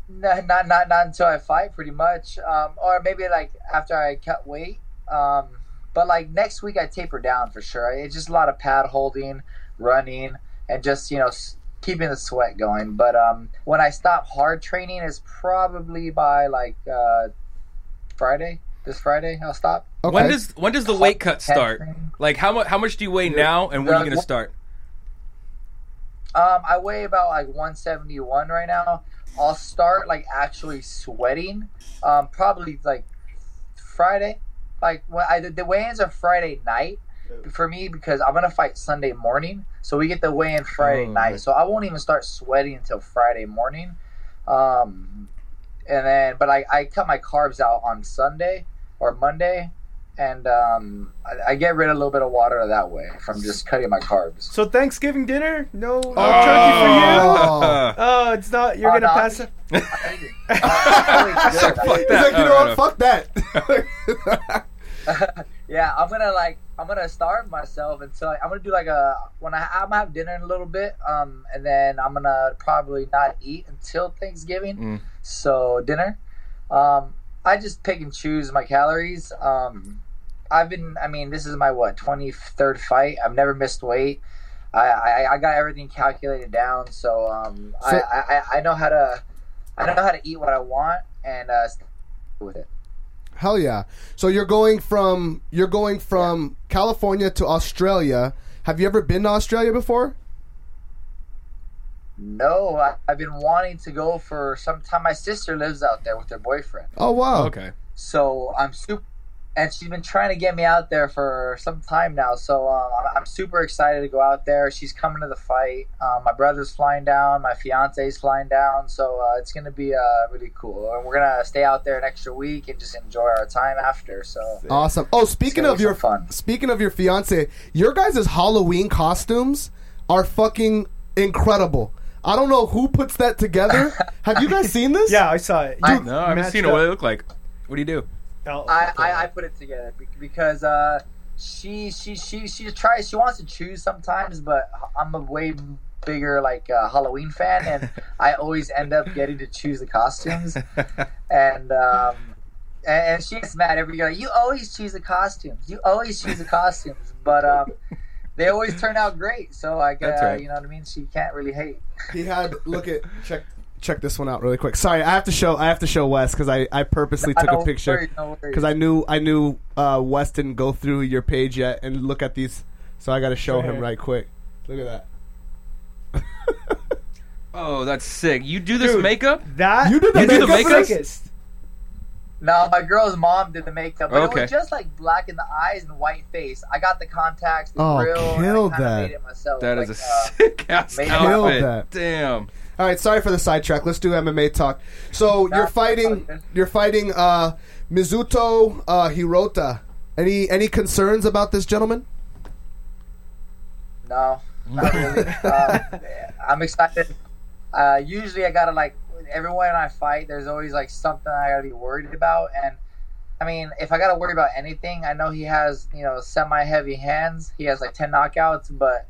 no, not, not, not until I fight, pretty much. Um, or maybe like after I cut weight. Um, but like next week, I taper down for sure. It's just a lot of pad holding, running, and just, you know, s- keeping the sweat going. But um, when I stop hard training, is probably by like uh, Friday. This Friday, I'll stop.
okay.
When does when does the weight cut start? Like how much how much do you weigh now, and when are you gonna start?
Um, I weigh about like 171 right now. I'll start like actually sweating, um, probably like Friday. Like when I the weigh-ins are Friday night for me because I'm gonna fight Sunday morning, so we get the weigh-in Friday night. So I won't even start sweating until Friday morning. Um, and then, but I, I cut my carbs out on Sunday or Monday, and um, I, I get rid of a little bit of water that way from just cutting my carbs.
[laughs]
So Thanksgiving dinner, no, no turkey for you.
[laughs]
Oh.
Oh, it's not. You're
Oh,
gonna
no.
pass it.
He's like, you know what?
no, no.
Fuck that. [laughs]
yeah, I'm gonna like I'm gonna starve myself until I, I'm gonna do like a when I I'm gonna have dinner in a little bit, um, and then I'm gonna probably not eat until Thanksgiving.
Mm.
So dinner, um, I just pick and choose my calories. Um, I've been I mean this is my what 23rd fight. I've never missed weight. I I, I got everything calculated down, so um I,
So-
I I- I know how to I know how to eat what I want and uh, stick with it.
Hell yeah! So you're going from you're going from California to Australia. Have you ever been to Australia before?
No, I, I've been wanting to go for some time. My sister lives out there with her boyfriend,
Oh wow!
Okay.
so I'm super, and she's been trying to get me out there for some time now. So um, I'm, I'm super excited to go out there. She's coming to the fight. Um, my brother's flying down. My fiance's flying down. So uh, it's gonna be uh, really cool, and we're gonna stay out there an extra week and just enjoy our time after. So
Awesome. Oh,
it's
speaking
gonna
of
be
your
some fun.
Speaking of your fiance, your guys' Halloween costumes are fucking incredible. I don't know who puts that
[laughs]
together. Have you guys seen this?
Yeah, I saw it. You
No, I haven't
matched
seen it. What
up-
do they look like? What do you do?
Oh,
I, I, I put it together be- because uh, she she she she tries she wants to choose sometimes, but I'm a way bigger like uh, Halloween fan,
[laughs]
and I always end up getting to choose the costumes, and um, and, and she gets mad every year. Like, you always choose the costumes. You always choose the costumes, but um. they always turn out great. So I guess
That's right.
you know what I mean. So you can't really hate.
He
[laughs]
had look at check check this one out really quick. Sorry, I have to show I have to show Wes because I I purposely took
No
a picture
worries, no worries.
because I knew I knew uh, Wes didn't go through your page yet and look at these, so I got to show him right quick. Look at that.
Oh, that's sick. You do this
Dude.
makeup?
That
You did the
is
makeup first?
sickest.
No, my girl's mom did the makeup, but it
Okay.
was just like black in the eyes and white face. I got the contacts, the
Oh,
grill, and I
kill
kinda
that.
Made it myself.
That is
like, uh,
a [laughs] sick ass
made-
Killed
outfit.
that.
Damn.
All right, sorry for the sidetrack. Let's do MMA talk. So you're fighting you're fighting uh, Mizuto uh, Hirota. Any any concerns about this gentleman?
uh, no, not really. um, I'm excited. Uh, usually, I gotta like everyone I fight. There's always like something I gotta be worried about, and I mean, if I gotta worry about anything, I know he has you know semi-heavy hands. He has like ten knockouts, but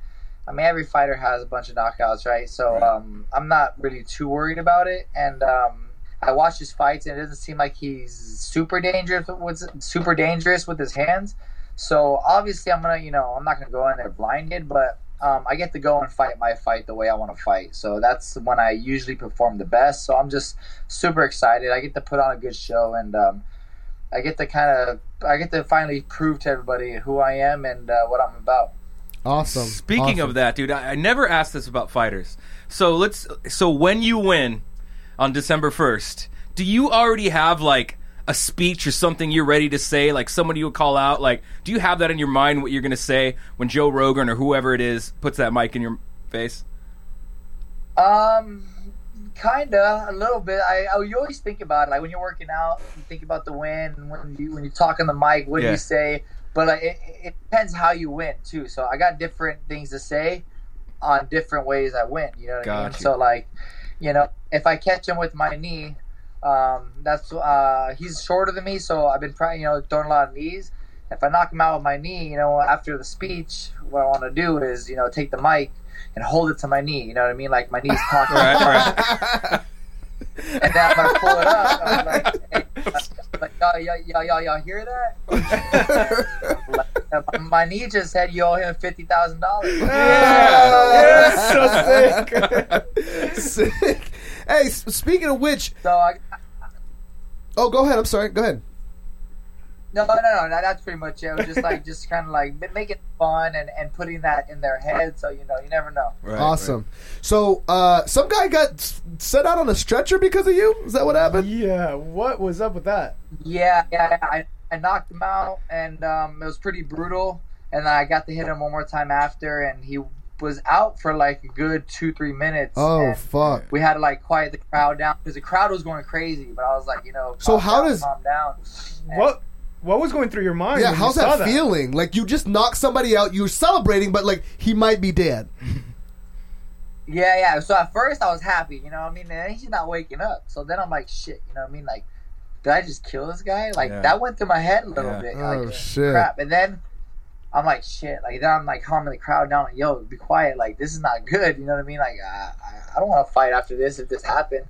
I mean, every fighter has a bunch of knockouts, right? So um, I'm not really too worried about it. And um, I watch his fights, and it doesn't seem like he's super dangerous with super dangerous with his hands. So obviously, I'm gonna you know I'm not gonna go in there blinded, but um, I get to go and fight my fight the way I want to fight. So that's when I usually perform the best. So I'm just super excited. I get to put on a good show, and um, I get to kind of I get to finally prove to everybody who I am and uh, what I'm about.
Awesome.
Speaking
Awesome.
of that, dude, I, I never asked this about fighters. So let's. So when you win on December first, do you already have like a speech or something you're ready to say? Like somebody you'll call out. Like, do you have that in your mind what you're gonna say when Joe Rogan or whoever it is puts that mic in your face?
Um, kinda a little bit. I, I you always think about it, like when you're working out, you think about the win. and When you when you talk on the mic, what do
Yeah.
you say? But like, it, it depends how you win too. So I got different things to say on different ways I win. You know what I mean?
Got you.
So like, you know, if I catch him with my knee, um, that's uh, he's shorter than me, so I've been probably you know throwing a lot of knees. If I knock him out with my knee, you know, after the speech, what I want to do is you know take the mic and hold it to my knee. You know what I mean? Like my knee's talking,
All right, all right.
[laughs] and then I'm gonna pull it up. I'm like, hey, uh, like y'all, y'all, y'all, y'all, y'all hear
[laughs]
that? Like, my knee just said you owe him fifty thousand dollars.
Yeah. so sick. sick. [laughs] Hey, s- speaking of which,
So I,
oh, go ahead. I'm sorry. Go ahead.
No, no, no, no. That's pretty much it. It was just like, just kind of like ma- make it fun and, and putting that in their head. So you know, you never know.
Right,
awesome. So, uh, some guy got s- set out on a stretcher because of you. Is that what happened?
Yeah, what was up with that?
Yeah, yeah. I, I knocked him out, and um, it was pretty brutal. And I got to hit him one more time after, and he was out for like a good two, three minutes.
Oh
and
fuck!
we had to like quiet the crowd down because the crowd was going crazy. But I was like, you know,
So
calm
how
down,
does-
calm down? And-
What what was going through your mind?
Yeah,
when
how's
you saw
that, feeling? Like you just knocked somebody out. You're celebrating, but like he might be dead.
Yeah, yeah. So at first I was happy, you know what I mean? And he's not waking up. So then I'm like, shit, you know what I mean? Like, did I just kill this guy? Like,
Yeah.
that went through my head a little
Yeah.
bit.
Oh
like,
shit!
crap. And then I'm like, shit. Like, then I'm like calming the crowd down, like, yo, be quiet. Like, this is not good. You know what I mean? Like, I, I- I don't want to fight after this if this happened.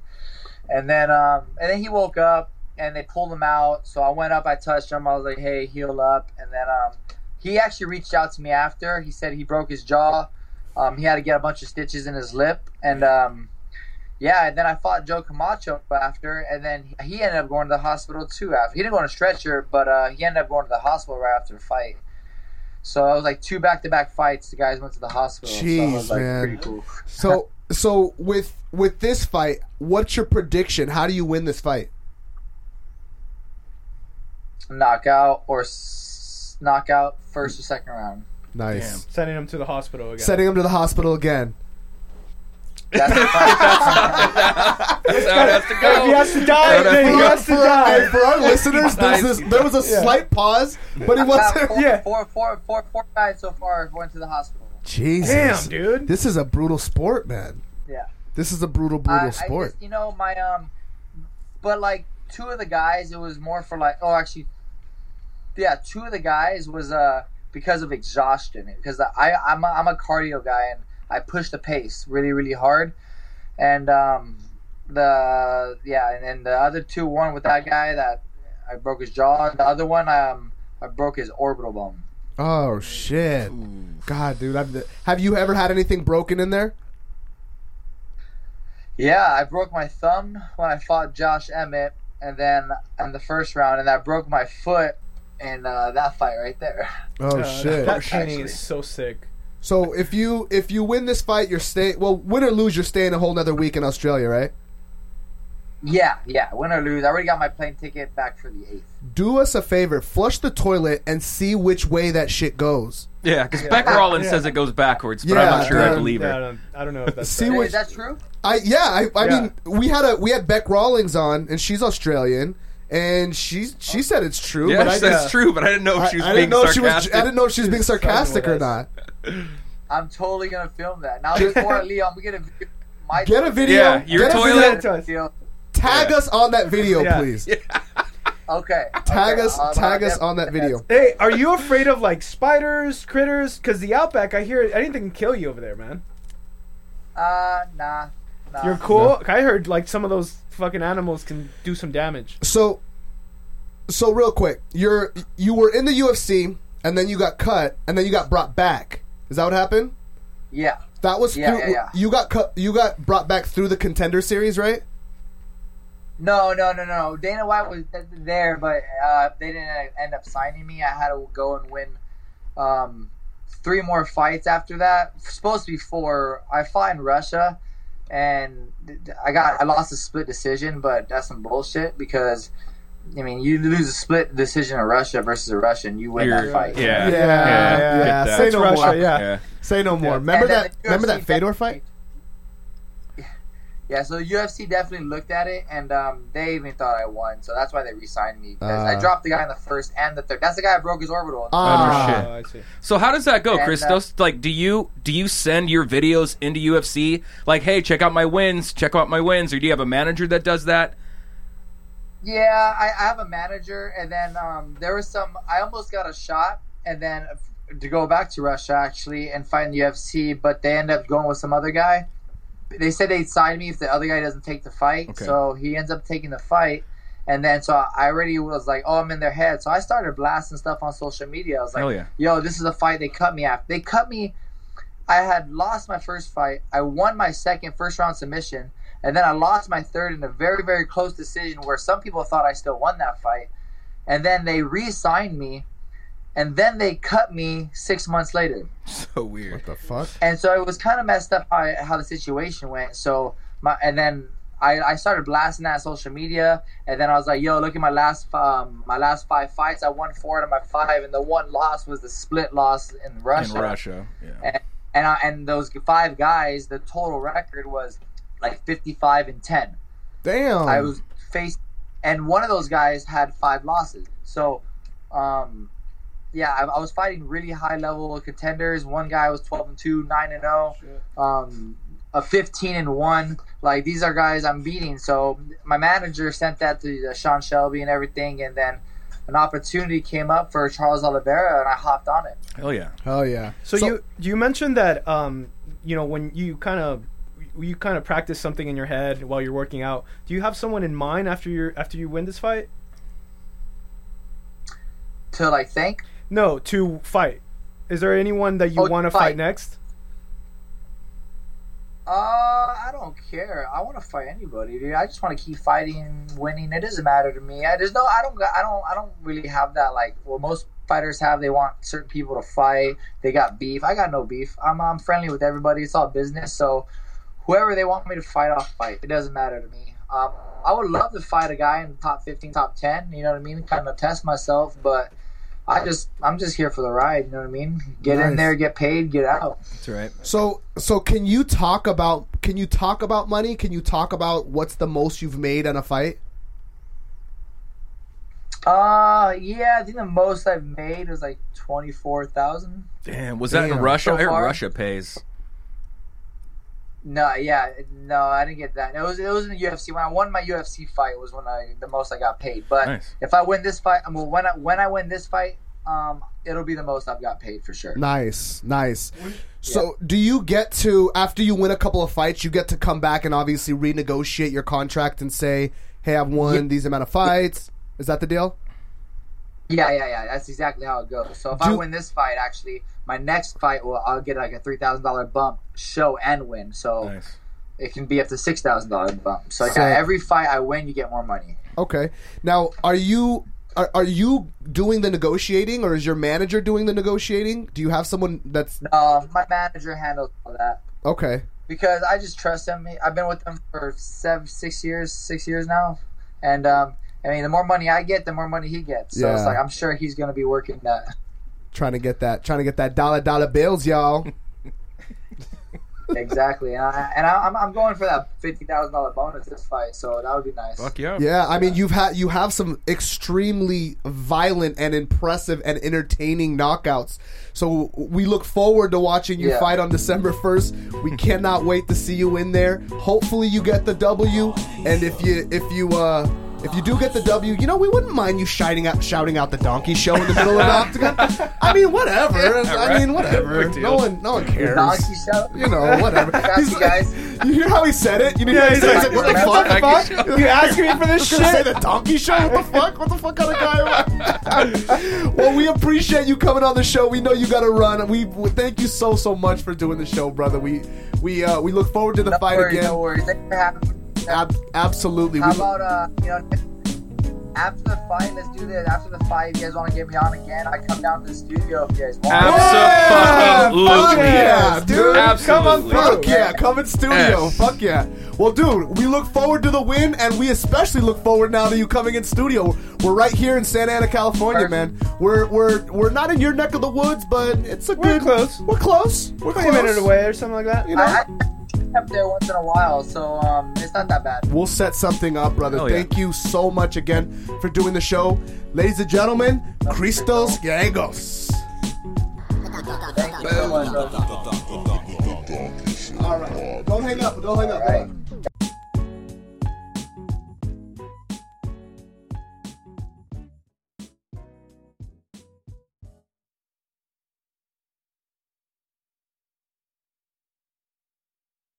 And then, um, and then he woke up and they pulled him out. So I went up, I touched him. I was like, hey, heal up. And then, um, he actually reached out to me after. He said he broke his jaw. Um, he had to get a bunch of stitches in his lip. And, um, yeah, and then I fought Joe Camacho after, and then he ended up going to the hospital too. After he didn't go on a stretcher, but uh, he ended up going to the hospital right after the fight. So it was like two back-to-back fights. The guys went to the hospital. so it
Jeez,
was, like,
man.
pretty cool.
So, so with with this fight, what's your prediction? How do you win this fight?
Knockout or s- knockout first or second round.
Nice.
Damn.
Sending him to the hospital again.
Sending him to the hospital again.
That's the
[laughs]
fight.
That's how it has to
If he
go.
has to die, then he has to
for, our- hey,
die.
for our listeners, there's this, there was a
Yeah.
slight pause,
[laughs]
but he
About
wants
four,
to.
Yeah.
four, four, four, four guys so far went to the hospital.
Jesus,
Damn, dude.
this is a brutal sport, man.
Yeah.
This is a brutal,
I-
brutal
I
sport.
just- you know, my um, but like two of the guys, it was more for like, oh, actually, yeah, two of the guys was uh because of exhaustion because I I'm a, I'm a cardio guy and I push the pace really really hard, and um the yeah and, and the other two one with that guy that I broke his jaw and the other one um I broke his orbital bone.
Oh shit! God, dude, I've, have you ever had anything broken in there?
Yeah, I broke my thumb when I fought Josh Emmett, and then in the first round, and I broke my foot in uh, that fight right there. [laughs]
Oh
Uh,
shit!
That training is so sick.
So if you if you win this fight, you're stay well win or lose, you're staying a whole nother week in Australia, right?
Yeah, yeah, win or lose, I already got my plane ticket back for the eighth.
Do us a favor, flush the toilet and see which way that shit goes.
Yeah, because Beck Rollins says it goes backwards, but I'm
Yeah,
not sure
yeah,
I believe
Yeah, I,
her.
uh,
don't, I don't know if that's
See
Hey,
which
Is that true?
I yeah, I, I
Yeah.
mean we had a we had Beck Rawlings on and she's Australian and she she said it's true.
Oh. Yeah, [laughs]
but I,
she said it's true, but I didn't know if
I,
she was
I didn't
being
know if she was
sarcastic.
I didn't know if she was being sarcastic or
with
not.
I'm totally gonna film
[laughs]
that. Now before I leave, I'm gonna get a- my
Get a video.
Yeah, your
get a
toilet-
video,
right.
video.
tag us on that video,
Yeah.
please.
Okay.
Tag
okay,
us
I'll-
tag
I'll
us
get-
on that video.
Hey, are you afraid of like spiders, critters? Because the outback, I hear anything can kill you over there, man.
Uh, nah, nah.
You're cool. I heard like some of those fucking animals can do some damage.
So, so real quick, you're you were in the UFC and then you got cut and then you got brought back. Is that what happened?
Yeah,
That was
Yeah,
through,
yeah, yeah.
you got cut. You got brought back through the contender series, right?
No, no, no, no. Dana White was there, but uh, they didn't end up signing me. I had to go and win um, three more fights after that. Supposed to be four. I fought in Russia, and I got I lost a split decision, but that's some bullshit because. I mean, you lose a split decision in Russia versus a Russian, you win
You're-
that fight.
Yeah.
yeah.
yeah, get that.
Say no
Russia,
more.
yeah.
Yeah.
Say no more. Remember
And then
that?
the
Remember
UFC
that Fedor fight?
Yeah, so the UFC definitely looked at it, and um, they even thought I won, so that's why they re-signed me. 'cause
Ah.
I dropped the guy in the first and the third. That's the guy I broke his orbital.
Ah,
shit.
Oh, I see.
So how does that go,
And, uh,
Christos? like, do you do you send your videos into UFC? Like, hey, check out my wins, check out my wins, or do you have a manager that does that?
Yeah, I, I have a manager, and then um, there was some. I almost got a shot, and then uh, to go back to Russia actually and fight in the UFC, but they end up going with some other guy. They said they'd sign me if the other guy doesn't take the fight,
Okay.
so he ends up taking the fight. And then so I already was like, oh, I'm in their head. So I started blasting stuff on social media. I was like,
Hell yeah.
yo, this is a fight they cut me after. They cut me. I had lost my first fight. I won my second first round submission, and then I lost my third in a very, very close decision where some people thought I still won that fight. And then they re signed me, and then they cut me six months later.
So weird.
what the fuck?
And so it was kind of messed up how, how the situation went. So my and then I, I started blasting that on social media, and then I was like, "Yo, look at my last um, my last five fights. I won four out of my five, and the one loss was the split loss in
In
Russia.
Russia, yeah.
And I, and those five guys, the total record was like fifty five and ten.
Damn.
I was faced, and one of those guys had five losses. So, um, yeah, I, I was fighting really high level contenders. One guy was twelve and two, nine and zero, um, a fifteen and one. Like these are guys I'm beating. So my manager sent that to uh, Sean Shelby and everything, and then an opportunity came up for Charles Oliveira, and I hopped on it.
Hell yeah.
Hell yeah.
So, you you mentioned that um you know when you kind of you kind of practice something in your head while you're working out. Do you have someone in mind after you after you win this fight?
To like thank.
No, to fight. Is there anyone that you
Oh,
want to
fight.
fight next?
Uh, I don't care. I want to fight anybody, dude. I just want to keep fighting, winning. It doesn't matter to me. I, there's no, I don't, I don't, I don't really have that. Like, well, most fighters have. They want certain people to fight. They got beef. I got no beef. I'm, I'm friendly with everybody. It's all business. So, whoever they want me to fight, I'll fight. It doesn't matter to me. Um, I would love to fight a guy in the top 15, top 10. You know what I mean? Kind of test myself, but. I just, I'm just here for the ride. You know what I mean? Get in
Nice.
there, get paid, get out.
That's right.
So so can you talk about can you talk about money? Can you talk about what's the most you've made on a fight?
Uh yeah, I think the most I've made was like twenty four thousand.
Damn, was that in
Damn.
Russia?
So
I heard
far?
Russia pays.
No, yeah, no, I didn't get that. It was it was in the UFC when I won my UFC fight was when I the most I got paid. But
Nice.
if I win this fight, I mean, when I when I win this fight, um, it'll be the most I've got paid for sure.
Nice, nice. So, do you get to after you win a couple of fights, you get to come back and obviously renegotiate your contract and say, "Hey, I've won these amount of fights." Is that the deal?
Yeah, yeah, yeah. That's exactly how it goes. So if I win this fight, actually, my next fight will I'll get like a three thousand dollar bump, show and win. So
Nice.
it can be up to six thousand dollar bump. So, like,
So-
every fight I win, you get more money.
Okay. Now, are you are, are you doing the negotiating, or is your manager doing the negotiating? Do you have someone that's
Uh, my manager handles all that
okay?
because I just trust him. I've been with him for seven, six years, six years now, and um, I mean, the more money I get, the more money he gets. So
Yeah.
it's like I'm sure he's gonna be working that. [laughs]
Trying to get that, trying to get that dollar dollar bills, y'all.
Exactly, and, I, and I, I'm, I'm going for that fifty thousand dollar bonus this fight, so that would be nice.
Fuck yeah.
Yeah, I mean, you've had you have some extremely violent and impressive and entertaining knockouts. So we look forward to watching you
Yeah.
fight on December first. We cannot wait to see you in there. Hopefully, you get the W. And if you if you uh if you do get the W, you know we wouldn't mind you shouting out shouting out the donkey show in the middle of the octagon. I mean, whatever. I mean, whatever. No one no one cares.
Donkey show.
You
[laughs]
know, whatever.
Got
He's like-
you guys.
you hear how he said it? You hear how he said it? He's like, what the fuck?
Fuck.
You asking me for [laughs] this shit? Say the donkey show? What [laughs] the fuck? What the fuck kind of guy am I? [laughs] well, we appreciate you coming on the show. We know you got to run. We, we thank you so so much for doing the show, brother. We we uh, we look forward to the
No
fight
worries,
again.
no worries. Thanks for having me.
Ab- absolutely.
How
We-
about uh, you know, after the fight, let's do this. After the fight, you guys want to get me on again? I come down to the studio if you guys want.
Absolutely.
fuck yeah, dude.
Absolutely.
Fuck yeah, come in studio.
Yes.
Fuck yeah. Well, dude, we look forward to the win, and we especially look forward now to you coming in studio. We're right here in Santa Ana, California, man.
Perfect.
We're we're we're not in your neck of the woods, but it's a
We're
good.
close.
We're close. We're
Wait a minute
close.
away or something like that.
You know,
I, I up there once in a while, so um, it's not that bad.
we'll set something up, brother.
Hell Oh, yeah.
Thank you so much again for doing the show, ladies and gentlemen. Christos Gallegos.
Thank you so much, brother.
All right, don't hang up. Don't hang up.
All right.